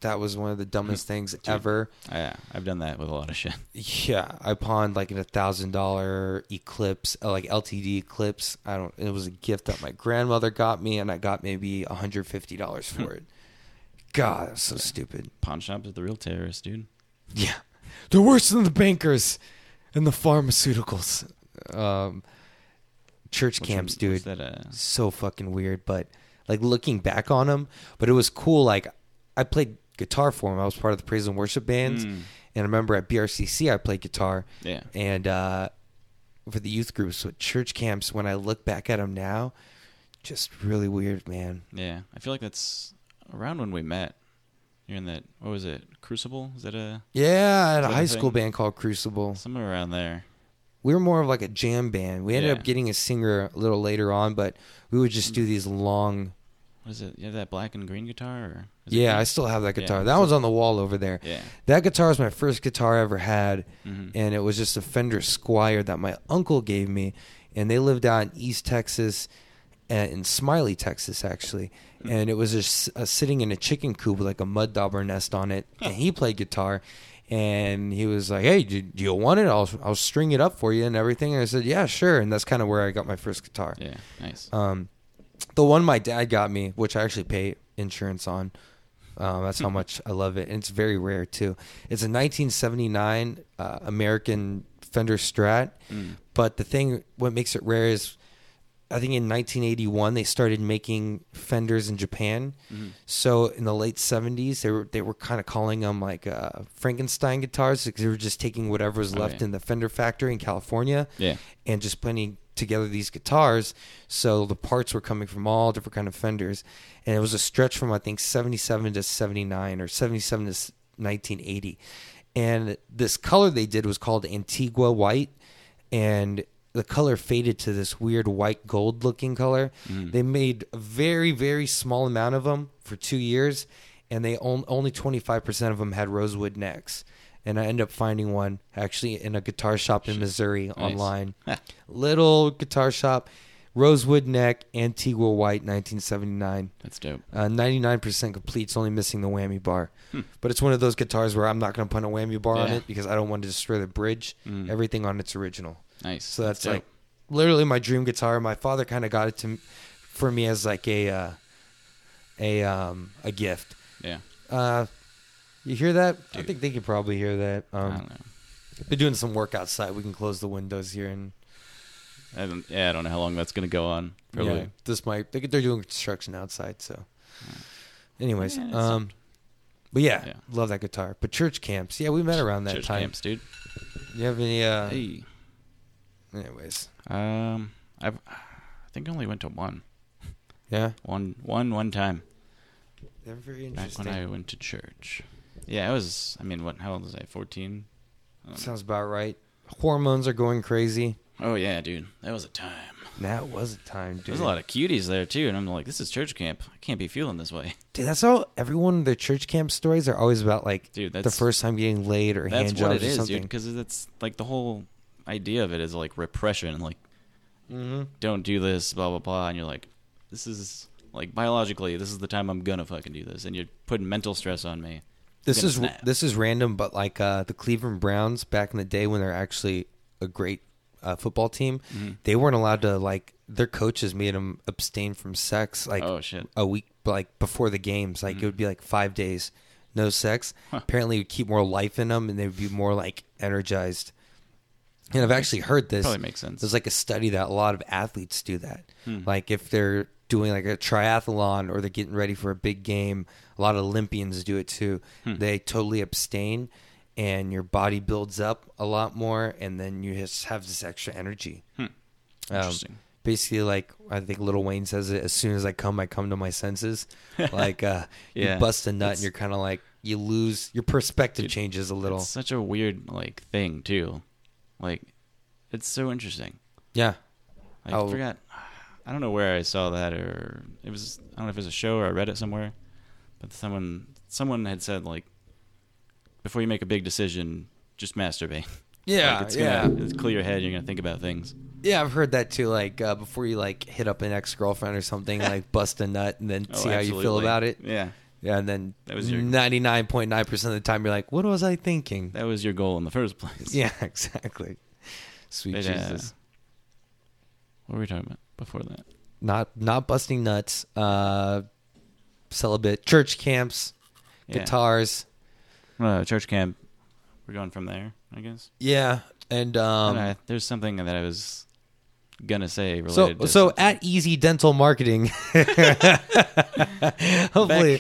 Speaker 2: That was one of the dumbest things ever.
Speaker 1: Oh, Yeah, I've done that with a lot of shit.
Speaker 2: Yeah, I pawned like a thousand dollar Eclipse, uh, like LTD Eclipse. I don't. It was a gift that my grandmother got me, and I got maybe hundred fifty dollars for it. God, that's so stupid.
Speaker 1: Pawn shops are the real terrorists, dude.
Speaker 2: Yeah, they're worse than the bankers and the pharmaceuticals. Um, church
Speaker 1: What's-
Speaker 2: camps,
Speaker 1: what's
Speaker 2: dude
Speaker 1: That, uh,
Speaker 2: so fucking weird, but like looking back on them, but it was cool. Like I played guitar for him. I was part of the praise and worship bands,
Speaker 1: Mm.
Speaker 2: and I remember at BRCC I played guitar.
Speaker 1: Yeah.
Speaker 2: and uh, for the youth groups with church camps. When I look back at them now, just really weird, man.
Speaker 1: yeah, I feel like that's around when we met. You're in that. What was it? Crucible? Is that a
Speaker 2: Yeah, I
Speaker 1: Is that
Speaker 2: had a
Speaker 1: a
Speaker 2: high school
Speaker 1: thing?
Speaker 2: band called Crucible.
Speaker 1: somewhere around there?
Speaker 2: we were more of like a jam band. We ended
Speaker 1: Yeah.
Speaker 2: up getting a singer a little later on, but we would just do these long.
Speaker 1: What is it? Yeah, that black and green guitar. Or is it
Speaker 2: Yeah,
Speaker 1: green?
Speaker 2: I still have that
Speaker 1: Yeah.
Speaker 2: guitar. That one's on the wall over there.
Speaker 1: Yeah.
Speaker 2: That guitar was my first guitar I ever had,
Speaker 1: Mhm.
Speaker 2: and it was just a Fender Squire that my uncle gave me, and they lived out in East Texas, uh, in Smiley, Texas, actually, and it was just uh, sitting in a chicken coop with like a mud dauber nest on it, and he played guitar, and he was like, "Hey, do, do you want it? I'll I'll string it up for you and everything." And I said, "Yeah, sure," and that's kind of where I got my first guitar.
Speaker 1: Yeah. Nice.
Speaker 2: Um, the one my dad got me, which I actually pay insurance on, Um, that's how much I love it, and it's very rare too. It's a 1979 uh, American Fender Strat,
Speaker 1: Mm.
Speaker 2: but the thing what makes it rare is I think in 1981 they started making fenders in Japan.
Speaker 1: Mm-hmm.
Speaker 2: So in the late 70s they were they were kind of calling them like uh, Frankenstein guitars because they were just taking whatever was
Speaker 1: Oh,
Speaker 2: left
Speaker 1: yeah.
Speaker 2: in the Fender factory in California
Speaker 1: Yeah.
Speaker 2: and just putting together these guitars. So the parts were coming from all different kind of fenders, and it was a stretch from I think seventy seven to seventy nine or seventy seven to nineteen eighty. And this color they did was called Antigua White, and the color faded to this weird white gold looking color. They made a very very small amount of them for two years, and they on, only twenty five percent of them had rosewood necks. And I ended up finding one actually in a guitar shop in Missouri online. Little guitar shop, Rosewood Neck, Antigua White, 1979.
Speaker 1: That's dope.
Speaker 2: Uh, 99% complete. It's only missing the whammy bar. But it's one of those guitars where I'm not going to put a whammy bar on
Speaker 1: Hmm. Yeah. Hmm.
Speaker 2: it because I don't want to destroy the bridge. Everything on it's original.
Speaker 1: Nice.
Speaker 2: So that's,
Speaker 1: dope.
Speaker 2: like literally my dream guitar. My father kind of got it to m- for me as like a uh, a um, a gift.
Speaker 1: yeah.
Speaker 2: Uh, you hear that? I
Speaker 1: Dude.
Speaker 2: think they could probably hear that.
Speaker 1: I
Speaker 2: Um,
Speaker 1: don't know.
Speaker 2: they're doing some work outside. We can close the windows here and
Speaker 1: I don't, yeah, I don't know how long that's gonna go on. Probably. Uh,
Speaker 2: Yeah, this might they, they're doing construction outside. So, anyways,
Speaker 1: Yeah, it's
Speaker 2: um, but yeah,
Speaker 1: Yeah.
Speaker 2: love that guitar. But church camps, yeah, we met around that
Speaker 1: Church
Speaker 2: time.
Speaker 1: camps, dude.
Speaker 2: You have any? Uh,
Speaker 1: hey.
Speaker 2: Anyways,
Speaker 1: Um, I've, I think I only went to one,
Speaker 2: yeah,
Speaker 1: one, one, one time
Speaker 2: they're very
Speaker 1: back
Speaker 2: interesting.
Speaker 1: when I went to church. Yeah, I was. I mean, what? How old was I? Fourteen.
Speaker 2: Sounds about right. Hormones are going crazy.
Speaker 1: Oh yeah, dude, that was a time.
Speaker 2: That was a time, dude.
Speaker 1: There's a lot of cuties there too, and I'm like, this is church camp. I can't be feeling this way.
Speaker 2: Dude, that's how everyone their church camp stories are always about. Like,
Speaker 1: Dude,
Speaker 2: the
Speaker 1: that's-
Speaker 2: first time getting laid or
Speaker 1: That's
Speaker 2: hand
Speaker 1: what
Speaker 2: jobs
Speaker 1: it
Speaker 2: or
Speaker 1: is,
Speaker 2: something.
Speaker 1: dude. Because that's like the whole idea of it is like repression, like
Speaker 2: mm-hmm.
Speaker 1: don't do this, blah blah blah, and you're like, this is like biologically, this is the time I'm gonna fucking do this, and you're putting mental stress on me.
Speaker 2: This
Speaker 1: gonna
Speaker 2: is
Speaker 1: snap.
Speaker 2: this is random, but like uh, the Cleveland Browns back in the day when they're actually a great uh, football team, they weren't allowed to like their coaches made them abstain from sex like
Speaker 1: Oh, shit. Mm.
Speaker 2: a week like before the games. Like it would be like five days no sex. Apparently, it would keep more life in them and they'd be more like energized. And I've actually heard this.
Speaker 1: Probably makes sense. Hmm.
Speaker 2: There's like a study that a lot of athletes do that. Like if they're doing like a triathlon or they're getting ready for a big game, a lot of Olympians do it too.
Speaker 1: Hmm.
Speaker 2: They totally abstain and your body builds up a lot more and then you just have this extra energy. Um,
Speaker 1: Interesting.
Speaker 2: basically like I think Little Wayne says it as soon as I come I come to my senses. Like uh
Speaker 1: Yeah.
Speaker 2: you bust a nut and
Speaker 1: It's-
Speaker 2: you're kind of like you lose your perspective changes a little.
Speaker 1: It's such a weird like thing too. Like it's so interesting.
Speaker 2: Yeah.
Speaker 1: I
Speaker 2: Oh.
Speaker 1: forgot. I don't know where I saw that, or it was. I don't know if it was a show or I read it somewhere, but someone someone had said like, before you make a big decision, just masturbate.
Speaker 2: Yeah.
Speaker 1: like, it's gonna it's clear your head. You're gonna think about things.
Speaker 2: Yeah, I've heard that too. Like uh, before you like hit up an ex girlfriend or something, like bust a nut and then
Speaker 1: Oh,
Speaker 2: see how you feel
Speaker 1: absolutely.
Speaker 2: about it.
Speaker 1: Yeah,
Speaker 2: Yeah, and then
Speaker 1: That was your-
Speaker 2: ninety nine point nine percent of the time you're like, what was I thinking?
Speaker 1: that was your goal in the first place.
Speaker 2: Yeah, exactly. Sweet
Speaker 1: But, uh,
Speaker 2: Jesus.
Speaker 1: What were we talking about before that?
Speaker 2: Not not busting nuts. Uh, celibate church camps,
Speaker 1: Yeah.
Speaker 2: guitars.
Speaker 1: Uh, church camp. We're going from there, I guess.
Speaker 2: Yeah, and
Speaker 1: Um,
Speaker 2: um,
Speaker 1: there's something that I was gonna say related.
Speaker 2: so
Speaker 1: to
Speaker 2: so
Speaker 1: something.
Speaker 2: at Easy Dental Marketing. Hopefully,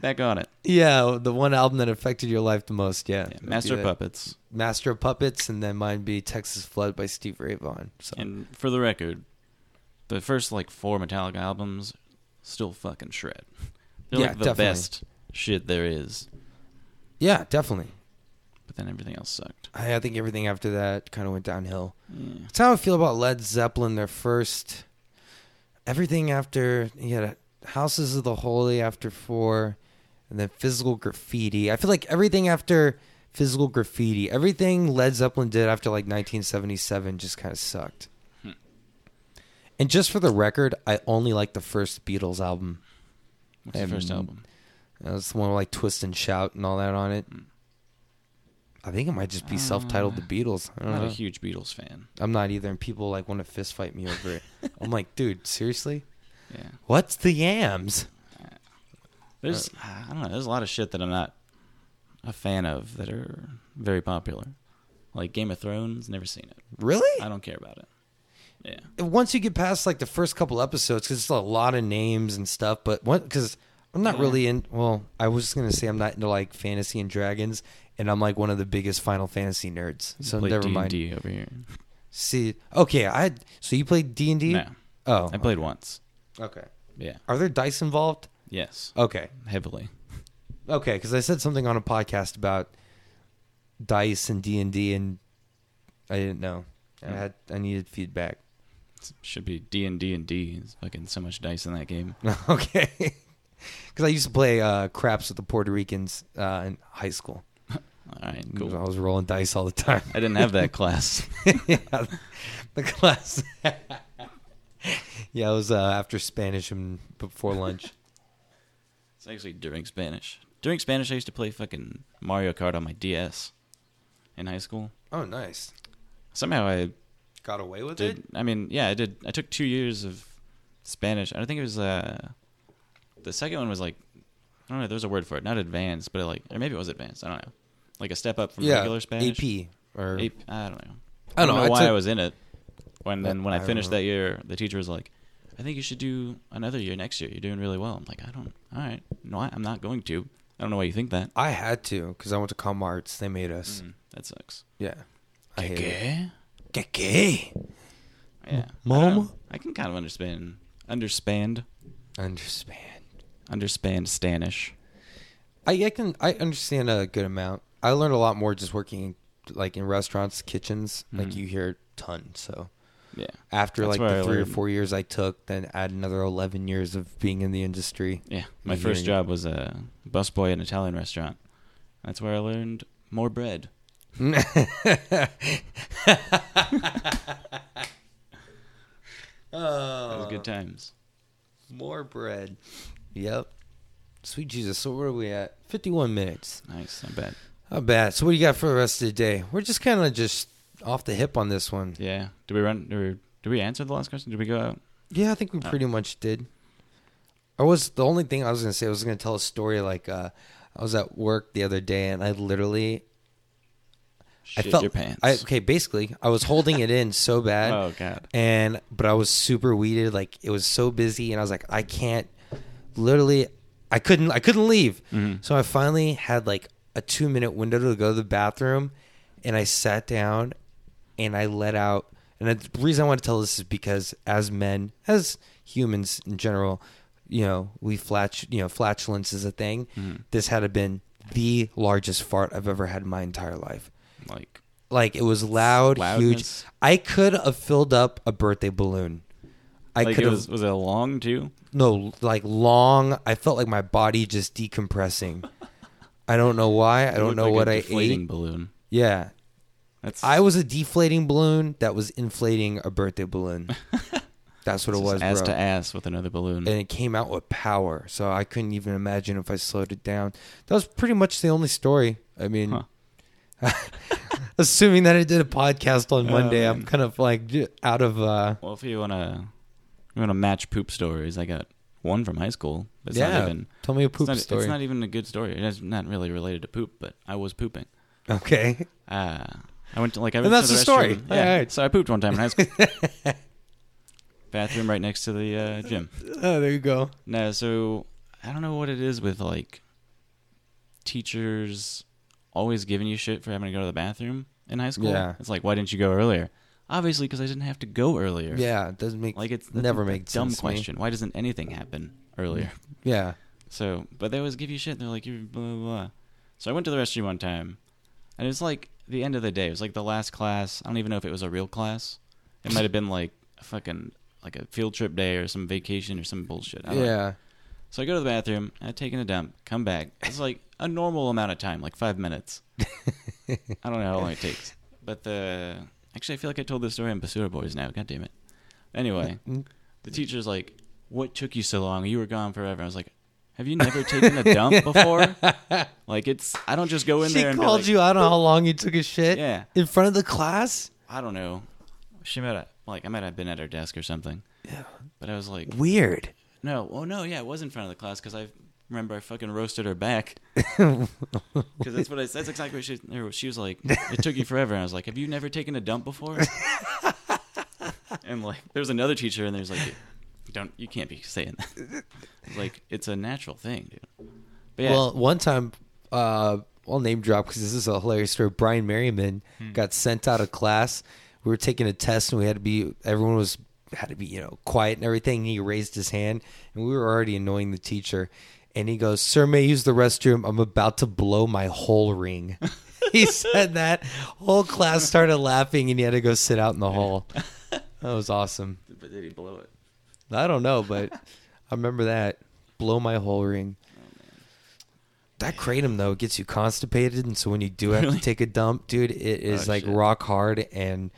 Speaker 1: back, back on it.
Speaker 2: yeah, the one album that affected your life the most.
Speaker 1: Yeah,
Speaker 2: Yeah, Let's do
Speaker 1: Master
Speaker 2: that.
Speaker 1: Puppets.
Speaker 2: Master of Puppets, and then mine be Texas Flood by Steve Ray Vaughan. So
Speaker 1: And for the record, the first like four Metallica albums still fucking shred. They're
Speaker 2: Yeah,
Speaker 1: like the
Speaker 2: definitely.
Speaker 1: best shit there is.
Speaker 2: yeah, definitely.
Speaker 1: But then everything else sucked.
Speaker 2: I, I think everything after that kind of went downhill.
Speaker 1: Yeah.
Speaker 2: That's how I feel about Led Zeppelin. Their first, everything after he had a, Houses of the Holy after four, and then Physical Graffiti. I feel like everything after Physical Graffiti, everything Led Zeppelin did after like 1977 just kind of sucked.
Speaker 1: Hmm.
Speaker 2: And just for the record, I only like the first Beatles album.
Speaker 1: What's the first
Speaker 2: Um,
Speaker 1: album?
Speaker 2: Uh, It's the one with like Twist and Shout and all that on
Speaker 1: Hmm.
Speaker 2: it. I think it might just be self-titled The Beatles. I
Speaker 1: I'm
Speaker 2: don't
Speaker 1: Uh. not a
Speaker 2: know.
Speaker 1: huge Beatles fan.
Speaker 2: I'm not either, and people like want to fist fight me over it. I'm like, dude, seriously?
Speaker 1: Yeah.
Speaker 2: What's the yams?
Speaker 1: There's
Speaker 2: Uh,
Speaker 1: I don't know. There's a lot of shit that I'm not a fan of that are very popular, like Game of Thrones. Never seen it.
Speaker 2: Really?
Speaker 1: I don't care about it. Yeah.
Speaker 2: Once you get past like the first couple episodes, because it's a lot of names and stuff. But one, because I'm not really in. Well, I was just gonna say I'm not into like fantasy and dragons, and I'm like one of the biggest Final Fantasy nerds. So
Speaker 1: Play
Speaker 2: never
Speaker 1: D&D
Speaker 2: mind.
Speaker 1: over here.
Speaker 2: See, okay, I so you played D and D?
Speaker 1: No.
Speaker 2: Oh,
Speaker 1: I played once.
Speaker 2: Okay.
Speaker 1: Yeah.
Speaker 2: Are there dice involved?
Speaker 1: Yes.
Speaker 2: Okay,
Speaker 1: Heavily.
Speaker 2: okay, because I said something on a podcast about dice and D and D, and I didn't know. I had I needed feedback.
Speaker 1: Should be D and D and D. There's fucking so much dice in that game.
Speaker 2: Okay. Because I used to play uh, craps with the Puerto Ricans uh, in high school.
Speaker 1: All right,
Speaker 2: I
Speaker 1: cool.
Speaker 2: was rolling dice all the time.
Speaker 1: I didn't have that class.
Speaker 2: yeah, the class. yeah, it was uh, after Spanish and before lunch.
Speaker 1: It's actually during Spanish. During Spanish, I used to play fucking Mario Kart on my DS in high school.
Speaker 2: oh, nice.
Speaker 1: Somehow I
Speaker 2: Got away with
Speaker 1: did. I mean, yeah, I did. I took two years of Spanish. I don't think it was. uh The second one was like, I don't know. There's a word for it. Not advanced, but like, or maybe it was advanced. I don't know. Like a step up from
Speaker 2: Yeah,
Speaker 1: regular Spanish.
Speaker 2: AP or
Speaker 1: Ape, I don't know.
Speaker 2: I don't know, I
Speaker 1: why
Speaker 2: took-
Speaker 1: I was in it. When then when I,
Speaker 2: I
Speaker 1: finished
Speaker 2: don't know.
Speaker 1: that year, the teacher was like, "I think you should do another year next year. You're doing really well." I'm like, "I don't. All right, no, I, I'm not going to. I don't know why you think that.
Speaker 2: I had to because I went to Com Arts. They made us.
Speaker 1: Mm, that sucks."
Speaker 2: Yeah. I hated it.
Speaker 1: Okay.
Speaker 2: Gay.
Speaker 1: Yeah.
Speaker 2: Mama?
Speaker 1: I don't know. I, can kind of understand, understand,
Speaker 2: Understand.
Speaker 1: understand Stanish.
Speaker 2: I, I can I understand a good amount. I learned a lot more just working like in restaurants, kitchens. Like you hear a ton. So
Speaker 1: Yeah.
Speaker 2: after
Speaker 1: Mm. That's
Speaker 2: like
Speaker 1: where I
Speaker 2: the three or
Speaker 1: learned.
Speaker 2: four years I took, then add another eleven years of being in the industry.
Speaker 1: Yeah. My
Speaker 2: Yeah,
Speaker 1: first
Speaker 2: yeah.
Speaker 1: job was a busboy at an Italian restaurant. That's where I learned more bread. That was good times.
Speaker 2: Oh, More bread. Yep. Sweet Jesus. So where are we at? Fifty-one minutes.
Speaker 1: Nice. I bet.
Speaker 2: Not bad. So what do you got for the rest of the day? We're just kind of just off the hip on this one.
Speaker 1: Yeah. Did we run? Did we, did we answer the last question? Did we go out?
Speaker 2: Yeah, I think we
Speaker 1: Uh.
Speaker 2: pretty much did. I was the only thing I was gonna say. I was gonna tell a story. Like uh, I was at work the other day, and I literally
Speaker 1: Shit
Speaker 2: I felt
Speaker 1: your pants.
Speaker 2: I, okay, basically, I was holding it in so bad.
Speaker 1: Oh, God.
Speaker 2: And but I was super weeded. Like it was so busy, and I was like, I can't. Literally, I couldn't. I couldn't leave.
Speaker 1: Mm-hmm.
Speaker 2: So I finally had like a two minute window to go to the bathroom, and I sat down, and I let out. And the reason I want to tell this is because as men, as humans in general, you know, we flat, you know, flatulence is a thing.
Speaker 1: Mm-hmm.
Speaker 2: This had to been the largest fart I've ever had in my entire life
Speaker 1: like
Speaker 2: like it was loud,
Speaker 1: Loudness.
Speaker 2: huge. I could have filled up a birthday balloon. I
Speaker 1: like
Speaker 2: could
Speaker 1: it
Speaker 2: have
Speaker 1: was was it a long too?
Speaker 2: no like long. I felt like my body just decompressing. I don't know why. I don't know what
Speaker 1: I
Speaker 2: I
Speaker 1: Deflating
Speaker 2: ate.
Speaker 1: balloon.
Speaker 2: Yeah,
Speaker 1: That's
Speaker 2: I was a deflating balloon that was inflating a birthday balloon. That's what it
Speaker 1: just
Speaker 2: was,
Speaker 1: ass
Speaker 2: bro.
Speaker 1: to ass with another balloon.
Speaker 2: And it came out with power, so I couldn't even imagine if I slowed it down. That was pretty much the only story. I mean,
Speaker 1: Huh. Uh,
Speaker 2: assuming that I did a podcast on Monday, I'm
Speaker 1: man.
Speaker 2: kind of like j- out of. uh
Speaker 1: Well, if you wanna you wanna match poop stories, I got one from high school. It's
Speaker 2: Yeah.
Speaker 1: not even
Speaker 2: Tell me a
Speaker 1: it's
Speaker 2: poop
Speaker 1: not,
Speaker 2: story.
Speaker 1: It's not even a good story. It's not really related to poop, but I was pooping.
Speaker 2: Okay.
Speaker 1: Uh, I went to like I
Speaker 2: And
Speaker 1: went
Speaker 2: that's
Speaker 1: to the,
Speaker 2: the story.
Speaker 1: restroom. Yeah,
Speaker 2: Alright.
Speaker 1: so I pooped one time in high school. Bathroom right next to the uh, gym.
Speaker 2: Oh, there you go.
Speaker 1: No, so I don't know what it is with like teachers always giving you shit for having to go to the bathroom in high school.
Speaker 2: Yeah.
Speaker 1: It's like, why didn't you go earlier? Obviously, because I didn't have to go earlier.
Speaker 2: Yeah, it doesn't make
Speaker 1: Like it's that's
Speaker 2: never
Speaker 1: a
Speaker 2: makes
Speaker 1: dumb
Speaker 2: sense to me.
Speaker 1: question. Why doesn't anything happen earlier?
Speaker 2: Yeah.
Speaker 1: So, but they always give you shit. They're like, you blah, blah, blah. So I went to the restroom one time, and it was like the end of the day. It was like the last class. I don't even know if it was a real class. It might have been like a fucking like a field trip day or some vacation or some bullshit. I don't know.
Speaker 2: Yeah.
Speaker 1: So I go to the bathroom, I take in a dump, come back. It's like a normal amount of time, like five minutes. I don't know how long it takes. But the actually I feel like I told this story on Basura Boys now, god damn it. Anyway, the teacher's like, What took you so long? You were gone forever. I was like, Have you never taken a dump before? like it's I don't just go in
Speaker 2: She
Speaker 1: there and be
Speaker 2: called
Speaker 1: like,
Speaker 2: you out on how long you took a shit.
Speaker 1: Yeah.
Speaker 2: In front of the class.
Speaker 1: I don't know. She might have like I might have been at her desk or something. Yeah. But I was like
Speaker 2: Weird.
Speaker 1: No, oh no, yeah, it was in front of the class because I remember I fucking roasted her back because that's what I. That's exactly what she. or She was like, "It took you forever," and I was like, "Have you never taken a dump before?" and like, there was another teacher, and there's like, "Don't you can't be saying that." like, it's a natural thing, dude. But yeah,
Speaker 2: Well, one time, uh, I'll name drop because this is a hilarious story. Brian Merriman got sent out of class. We were taking a test and we had to be, everyone was, had to be, you know, quiet and everything. He raised his hand and we were already annoying the teacher. And he goes, Sir, may I use the restroom? I'm about to blow my whole ring. he said that. Whole class started laughing and he had to go sit out in the hall. That was awesome.
Speaker 1: but did he blow it?
Speaker 2: I don't know, but I remember that. Blow my whole ring.
Speaker 1: Oh,
Speaker 2: That kratom though gets you constipated, and so when you do have
Speaker 1: Really?
Speaker 2: to take a dump, dude, it is
Speaker 1: Oh,
Speaker 2: like
Speaker 1: shit.
Speaker 2: rock hard. And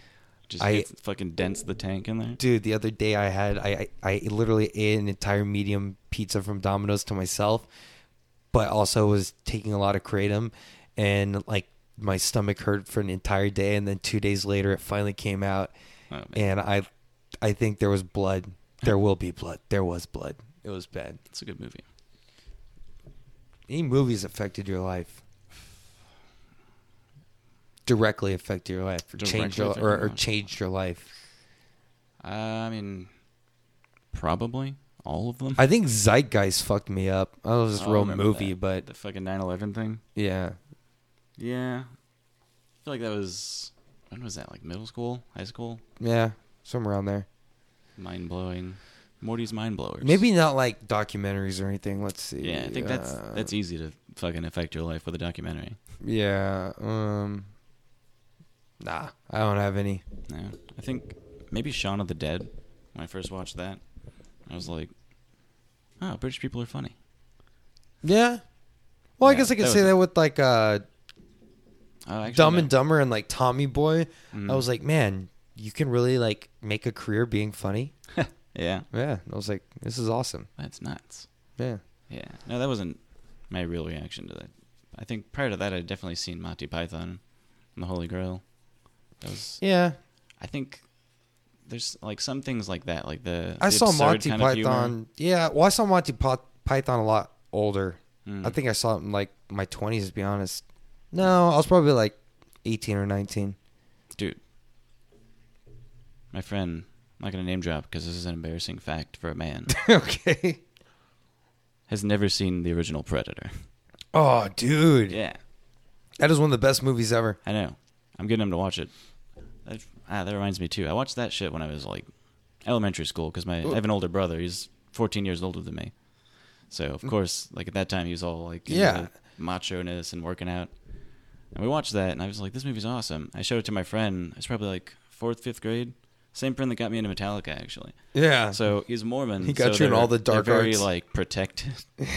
Speaker 1: Just
Speaker 2: I-
Speaker 1: gets- fucking dents the tank in there.
Speaker 2: dude, the other day I had I I, I literally ate an entire medium pizza from Domino's to myself, but also was taking a lot of kratom, and like my stomach hurt for an entire day, and then two days later it finally came out,
Speaker 1: Oh, man.
Speaker 2: and I I think there was blood. There will be blood. There was blood. It was bad.
Speaker 1: It's a good movie.
Speaker 2: Any movies affected your life? Directly affected your life, or changed
Speaker 1: Directly
Speaker 2: your,
Speaker 1: affected
Speaker 2: or,
Speaker 1: my
Speaker 2: or
Speaker 1: life.
Speaker 2: changed your life.
Speaker 1: I mean, probably all of them. Oh,
Speaker 2: I think Zeitgeist fucked me up. I was
Speaker 1: I
Speaker 2: this
Speaker 1: don't
Speaker 2: real
Speaker 1: remember
Speaker 2: movie,
Speaker 1: that.
Speaker 2: but
Speaker 1: the fucking 9/11 thing.
Speaker 2: yeah,
Speaker 1: Yeah, I feel like that was when was that? Like middle school, high school?
Speaker 2: yeah, somewhere around there.
Speaker 1: Mind blowing. Morty's mind blowers.
Speaker 2: Maybe not like documentaries or anything. Let's see.
Speaker 1: Yeah, I think that's
Speaker 2: uh,
Speaker 1: that's e- easy to fucking affect your life with a documentary.
Speaker 2: yeah. Um, nah, I don't have any.
Speaker 1: Yeah, I think maybe Shaun of the Dead. When I first watched that, I was like, "Oh, British people are funny."
Speaker 2: Yeah. Well, I
Speaker 1: Yeah,
Speaker 2: guess I could
Speaker 1: that
Speaker 2: say
Speaker 1: was-
Speaker 2: that with like uh,
Speaker 1: Oh, actually,
Speaker 2: Dumb
Speaker 1: that-
Speaker 2: and Dumber and like Tommy Boy. I
Speaker 1: Mm.
Speaker 2: was like, man, you can really like make a career being funny.
Speaker 1: Yeah,
Speaker 2: Yeah. And I was like, this is awesome.
Speaker 1: that's nuts.
Speaker 2: Yeah.
Speaker 1: Yeah, no, that wasn't my real reaction to that. I think prior to that, I'd definitely seen Monty Python and the Holy Grail. That was
Speaker 2: Yeah.
Speaker 1: I think there's like some things like that, like the
Speaker 2: I
Speaker 1: the
Speaker 2: saw
Speaker 1: absurd
Speaker 2: Monty
Speaker 1: kind of humor.
Speaker 2: Python. Yeah. Well, I saw Monty Pyth- Python a lot older.
Speaker 1: Mm.
Speaker 2: I think I saw it in like my 20s, to be honest. No, I was probably like 18 or 19.
Speaker 1: dude. My friend, I'm not gonna name drop because this is an embarrassing fact for a man.
Speaker 2: okay.
Speaker 1: has never seen the original Predator.
Speaker 2: Oh, dude.
Speaker 1: Yeah,
Speaker 2: That is one of the best movies ever.
Speaker 1: I know. I'm getting him to watch it. That, ah, that reminds me too. I watched that shit when I was like elementary school because my I have an older brother. He's 14 years older than me. So of course, like at that time, he was all like into
Speaker 2: Yeah.
Speaker 1: the macho-ness and working out. And we watched that, and I was like, "This movie's awesome." I showed it to my friend. It's probably like fourth, fifth grade. Same friend that got me into Metallica, actually.
Speaker 2: Yeah.
Speaker 1: So he's Mormon.
Speaker 2: He got
Speaker 1: so
Speaker 2: you in all
Speaker 1: they're-
Speaker 2: the dark
Speaker 1: They're very
Speaker 2: arts.
Speaker 1: like protected.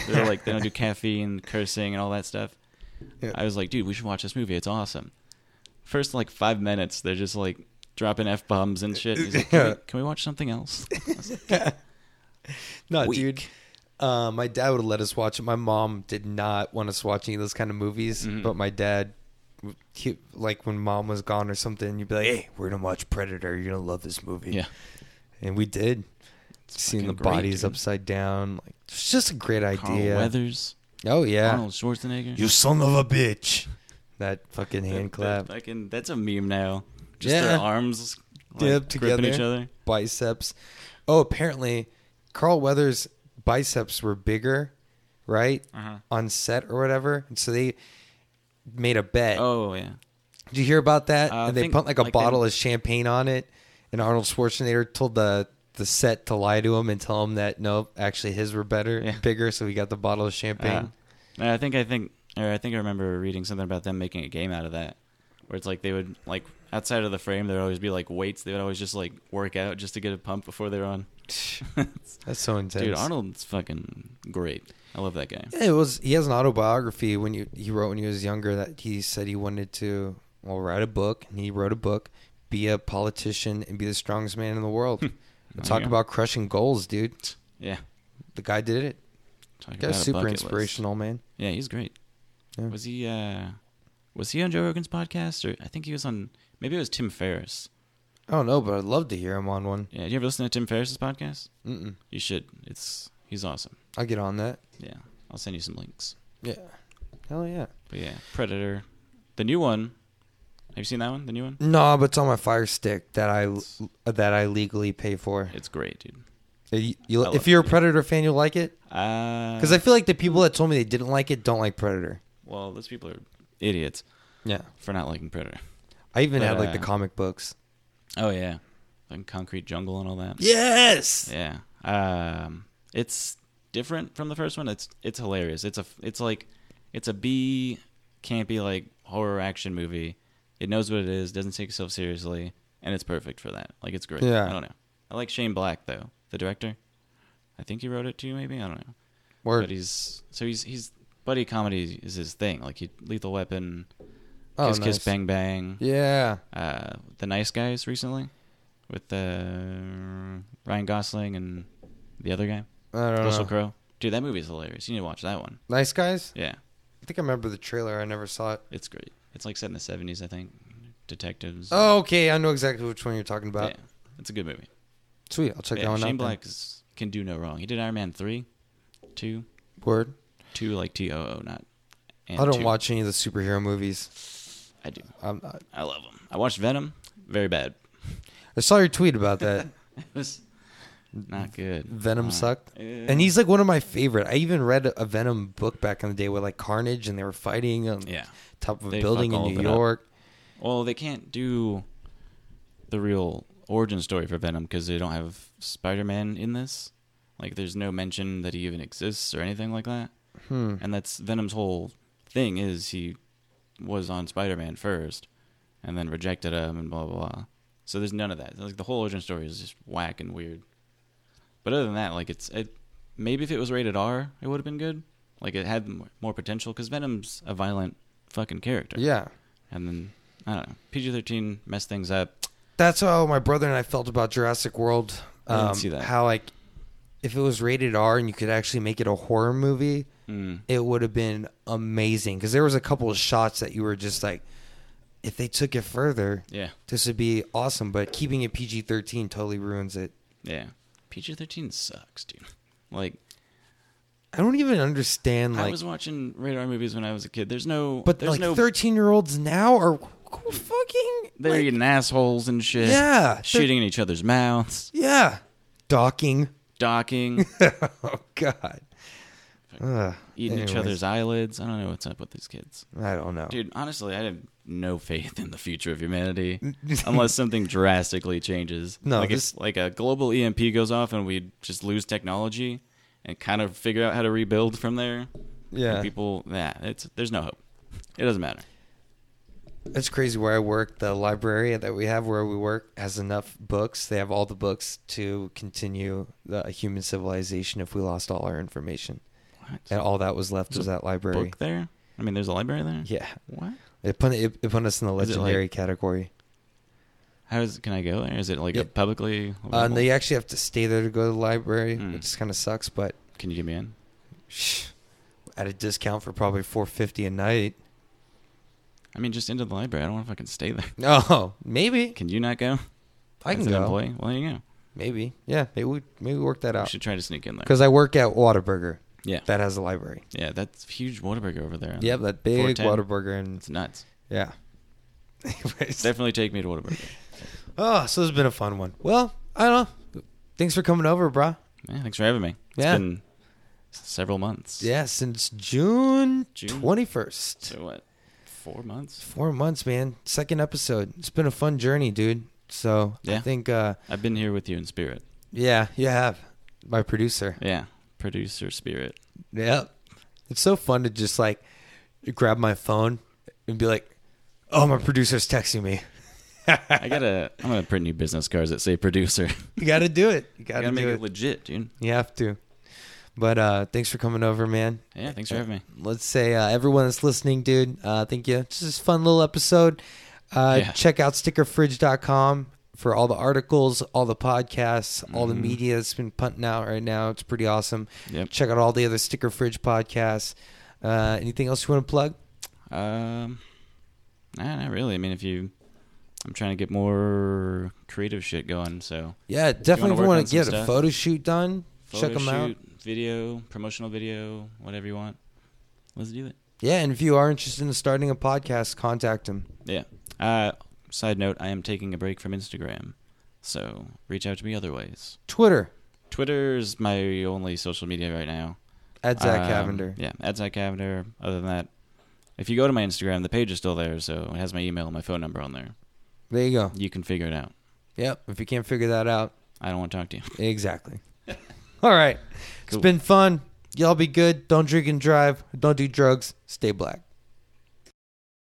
Speaker 1: they're like they don't do caffeine, cursing, and all that stuff.
Speaker 2: Yeah.
Speaker 1: I was like, dude, we should watch this movie. It's awesome. First like five minutes, they're just like dropping f bombs and shit. He's like, can, we,
Speaker 2: Yeah.
Speaker 1: can we watch something else?
Speaker 2: No,
Speaker 1: weak.
Speaker 2: dude. Uh, my dad would have let us watch it. My mom did not want us watching those kind of movies,
Speaker 1: Mm-hmm.
Speaker 2: but my dad, he, like when mom was gone or something, you'd be like, "Hey, we're gonna watch Predator. You're gonna love this movie."
Speaker 1: yeah,
Speaker 2: and we did. Seeing the
Speaker 1: fucking great,
Speaker 2: bodies
Speaker 1: dude.
Speaker 2: upside down, like it's just a great
Speaker 1: Carl
Speaker 2: idea.
Speaker 1: Weathers,
Speaker 2: Oh yeah,
Speaker 1: Arnold Schwarzenegger.
Speaker 2: you son of a bitch! That fucking
Speaker 1: That-
Speaker 2: hand
Speaker 1: that
Speaker 2: clap,
Speaker 1: fucking- that's a meme now. Just
Speaker 2: Yeah.
Speaker 1: their arms like,
Speaker 2: Yep,
Speaker 1: gripping
Speaker 2: together.
Speaker 1: each other.
Speaker 2: biceps. Oh, apparently, Carl Weathers' biceps were bigger, right?
Speaker 1: Uh-huh.
Speaker 2: on set or whatever, and so they made a bet.
Speaker 1: Oh yeah,
Speaker 2: Did you hear about that?
Speaker 1: Uh, I
Speaker 2: and they
Speaker 1: think,
Speaker 2: put like a
Speaker 1: like, they-
Speaker 2: bottle of champagne on it, and Arnold Schwarzenegger told the the set to lie to him and tell him that no, actually his were better,
Speaker 1: Yeah.
Speaker 2: bigger, so he got the bottle of champagne.
Speaker 1: Uh, I think I think or I think I remember reading something about them making a game out of that, where it's like they would like outside of the frame there would always be like weights they would always just like work out just to get a pump before they're on.
Speaker 2: That's so intense.
Speaker 1: Dude, Arnold's fucking great. I love that guy.
Speaker 2: It was he has an autobiography when you he wrote when he was younger that he said he wanted to well write a book and he wrote a book, be a politician and be the strongest man in the
Speaker 1: Oh,
Speaker 2: world. Talk
Speaker 1: go.
Speaker 2: about crushing goals, dude.
Speaker 1: Yeah,
Speaker 2: The guy did it.
Speaker 1: Talk about
Speaker 2: Guy's
Speaker 1: a
Speaker 2: super
Speaker 1: bucket list.
Speaker 2: inspirational, man.
Speaker 1: Yeah, he's great.
Speaker 2: Yeah.
Speaker 1: Was he? uh Was he on Joe Rogan's podcast or I think he was on? Maybe it was Tim Ferriss.
Speaker 2: I don't know, but I'd love to hear him on one.
Speaker 1: Yeah, do you ever listen to Tim Ferriss's podcast?
Speaker 2: Mm-mm.
Speaker 1: You should. It's he's awesome.
Speaker 2: I'll get on that.
Speaker 1: Yeah, I'll I'll send you some links.
Speaker 2: Yeah. Hell yeah.
Speaker 1: But yeah, Predator, the new one. Have you seen that one? The new one?
Speaker 2: No, but it's on my Fire Stick that I that I legally pay for.
Speaker 1: It's great, dude.
Speaker 2: You- you-
Speaker 1: I
Speaker 2: if
Speaker 1: love
Speaker 2: you're a Predator fan, you'll like it. Because
Speaker 1: Because
Speaker 2: I feel like the people that told me they didn't like it don't like Predator.
Speaker 1: well, those people are idiots
Speaker 2: Yeah.
Speaker 1: for not liking Predator.
Speaker 2: I even
Speaker 1: But,
Speaker 2: had like the
Speaker 1: uh,
Speaker 2: comic books.
Speaker 1: Oh yeah, and Concrete Jungle and all that.
Speaker 2: Yes.
Speaker 1: Yeah. Um, it's different from the first one. It's it's hilarious. It's a it's like it's a B campy like horror action movie. It knows what it is. Doesn't take itself seriously, and it's perfect for that. Like it's great.
Speaker 2: Yeah.
Speaker 1: I don't know. I like Shane Black though, the director. I think he wrote it too. Maybe I don't know. But
Speaker 2: Word.
Speaker 1: he's so he's he's buddy comedy is his thing. Like he Lethal Weapon,
Speaker 2: Oh,
Speaker 1: Kiss Kiss
Speaker 2: nice.
Speaker 1: Bang Bang,
Speaker 2: Yeah.
Speaker 1: uh, The Nice Guys recently with uh, Ryan Gosling and the other guy.
Speaker 2: I don't
Speaker 1: Russell
Speaker 2: know.
Speaker 1: Crowe. Dude, that movie is hilarious. You need to watch that one.
Speaker 2: Nice guys.
Speaker 1: Yeah,
Speaker 2: I think I remember the trailer. I never saw it.
Speaker 1: it's great. It's like set in the seventies, I think. Detectives.
Speaker 2: Oh, okay. I know exactly which one you're talking about.
Speaker 1: yeah, it's a good movie.
Speaker 2: Sweet. I'll check
Speaker 1: Yeah,
Speaker 2: that one out.
Speaker 1: Shane
Speaker 2: then.
Speaker 1: Black is, can do no wrong. He did Iron Man three, two,
Speaker 2: Word.
Speaker 1: two like T O O, not. And
Speaker 2: I don't
Speaker 1: two.
Speaker 2: watch any of the superhero movies.
Speaker 1: I do.
Speaker 2: I'm not.
Speaker 1: I love him. I watched Venom. Very bad.
Speaker 2: I saw your tweet about that.
Speaker 1: It was not good.
Speaker 2: Venom
Speaker 1: Uh,
Speaker 2: sucked.
Speaker 1: yeah.
Speaker 2: And he's like one of my favorite. I even read a Venom book back in the day with like Carnage and they were fighting on
Speaker 1: yeah.
Speaker 2: top of a
Speaker 1: They
Speaker 2: building
Speaker 1: fuck
Speaker 2: in
Speaker 1: all of
Speaker 2: New
Speaker 1: it up.
Speaker 2: York.
Speaker 1: Well, they can't do the real origin story for Venom because they don't have Spider-Man in this. Like, there's no mention that he even exists or anything like that.
Speaker 2: Hmm.
Speaker 1: And that's Venom's whole thing is he was on Spider-Man first, and then rejected him and blah blah blah. So there's none of that. Like the whole origin story is just whack and weird. But other than that, like it's it. Maybe if it was rated R, it would have been good. Like it had m- more potential because Venom's a violent fucking character.
Speaker 2: Yeah.
Speaker 1: And then I don't know. PG thirteen messed things up.
Speaker 2: That's how my brother and I felt about Jurassic World.
Speaker 1: I didn't
Speaker 2: Um,
Speaker 1: see that.
Speaker 2: How like if it was rated R and you could actually make it a horror movie,
Speaker 1: Mm.
Speaker 2: it would have been amazing. Because there was a couple of shots that you were just like, if they took it further,
Speaker 1: Yeah,
Speaker 2: this would be awesome. But keeping it PG thirteen totally ruins it.
Speaker 1: yeah. PG thirteen sucks, dude. Like,
Speaker 2: I don't even understand
Speaker 1: I
Speaker 2: like,
Speaker 1: was watching radar movies when I was a kid. There's no,
Speaker 2: but
Speaker 1: there's
Speaker 2: like
Speaker 1: no.
Speaker 2: thirteen year olds now are fucking
Speaker 1: they're
Speaker 2: like,
Speaker 1: eating assholes and shit.
Speaker 2: yeah they're-
Speaker 1: shooting in each other's mouths,
Speaker 2: yeah docking.
Speaker 1: docking,
Speaker 2: oh God. Ugh.
Speaker 1: eating each
Speaker 2: Anyways,
Speaker 1: other's eyelids. I don't know what's up with these kids,
Speaker 2: I don't know.
Speaker 1: dude. Honestly, I have no faith in the future of humanity unless something drastically changes.
Speaker 2: No,
Speaker 1: like
Speaker 2: this-
Speaker 1: if like a global EMP goes off and we just lose technology and kind of figure out how to rebuild from there.
Speaker 2: yeah.
Speaker 1: And people, nah, it's there's no hope. It doesn't matter.
Speaker 2: It's crazy where I work. The library that we have where we work has enough books. They have all the books to continue the human civilization if we lost all our information.
Speaker 1: What?
Speaker 2: And all that was left was that library.
Speaker 1: Book there? I mean, there's a library there.
Speaker 2: Yeah.
Speaker 1: What?
Speaker 2: It put, it, it put us in the
Speaker 1: Is it like-
Speaker 2: legendary category.
Speaker 1: How is can I go there? Is it like
Speaker 2: Yeah.
Speaker 1: a publicly?
Speaker 2: Uh,
Speaker 1: available-
Speaker 2: and they actually have to stay there to go to the library,
Speaker 1: Mm.
Speaker 2: which just kind of sucks, but
Speaker 1: can you get me in?
Speaker 2: shh, at a discount for probably 450 a night.
Speaker 1: I mean, just into the library. I don't want to fucking stay there.
Speaker 2: No, maybe.
Speaker 1: Can you not go?
Speaker 2: I can
Speaker 1: As an
Speaker 2: go.
Speaker 1: Employee? Well, there you go.
Speaker 2: Maybe. Yeah, maybe we, maybe we work that
Speaker 1: We
Speaker 2: out.
Speaker 1: should try to sneak in there.
Speaker 2: Because I work at Whataburger.
Speaker 1: Yeah,
Speaker 2: That has a library.
Speaker 1: yeah, that's huge Whataburger over there.
Speaker 2: Yep, that big
Speaker 1: 410.
Speaker 2: Whataburger and
Speaker 1: it's nuts.
Speaker 2: Yeah. Anyways.
Speaker 1: Definitely take me to Whataburger.
Speaker 2: Oh, so it's been a fun one. Well, I don't know. Thanks for coming over, brah.
Speaker 1: Yeah, thanks for having me. It's
Speaker 2: Yeah.
Speaker 1: been several months.
Speaker 2: Yeah, since June
Speaker 1: June.
Speaker 2: twenty first.
Speaker 1: So what? Four months.
Speaker 2: Four months, man. Second episode. It's been a fun journey, dude. So I
Speaker 1: Yeah.
Speaker 2: think uh
Speaker 1: I've been here with you in spirit.
Speaker 2: yeah, you have. My producer.
Speaker 1: Yeah, producer spirit.
Speaker 2: Yep. It's so fun to just like grab my phone and be like, Oh, my producer's texting me.
Speaker 1: I gotta. I'm gonna print new business cards that say producer.
Speaker 2: You gotta do it. You
Speaker 1: I
Speaker 2: gotta,
Speaker 1: gotta make
Speaker 2: do
Speaker 1: it
Speaker 2: it.
Speaker 1: legit, dude.
Speaker 2: You have to. But uh thanks for coming over, man.
Speaker 1: Yeah, thanks for having me.
Speaker 2: let's say uh, everyone that's listening, dude, uh, thank you. This is a fun little episode. Uh,
Speaker 1: Yeah.
Speaker 2: Check out stickerfridge.com for all the articles, all the podcasts, all the media that's been punting out right now. It's pretty awesome.
Speaker 1: Mm-hmm. Yep.
Speaker 2: Check out all the other Sticker Fridge podcasts. Uh, anything else you want to plug?
Speaker 1: Um, nah, not really. I mean, if you, I'm trying to get more creative shit going. So
Speaker 2: Yeah, definitely. If
Speaker 1: work
Speaker 2: you
Speaker 1: on
Speaker 2: want to
Speaker 1: some
Speaker 2: get a
Speaker 1: stuff?
Speaker 2: photo shoot done,
Speaker 1: photo
Speaker 2: check them out.
Speaker 1: shoot, video, promotional video, whatever you want. Let's do it.
Speaker 2: Yeah, and if you are interested in starting a podcast, contact him.
Speaker 1: Yeah. Uh, side note: I am taking a break from Instagram, so reach out to me other ways.
Speaker 2: Twitter
Speaker 1: Twitter's my only social media right now.
Speaker 2: at Zach
Speaker 1: Um,
Speaker 2: Cavender.
Speaker 1: Yeah, at Zach Cavender. Other than that, if you go to my Instagram, the page is still there, so it has my email and my phone number on there.
Speaker 2: There you go.
Speaker 1: You can figure it out.
Speaker 2: Yep. If you can't figure that out,
Speaker 1: I don't want to talk to you.
Speaker 2: exactly. All right.
Speaker 1: Cool.
Speaker 2: It's been fun. Y'all be good. Don't drink and drive. Don't do drugs. Stay black.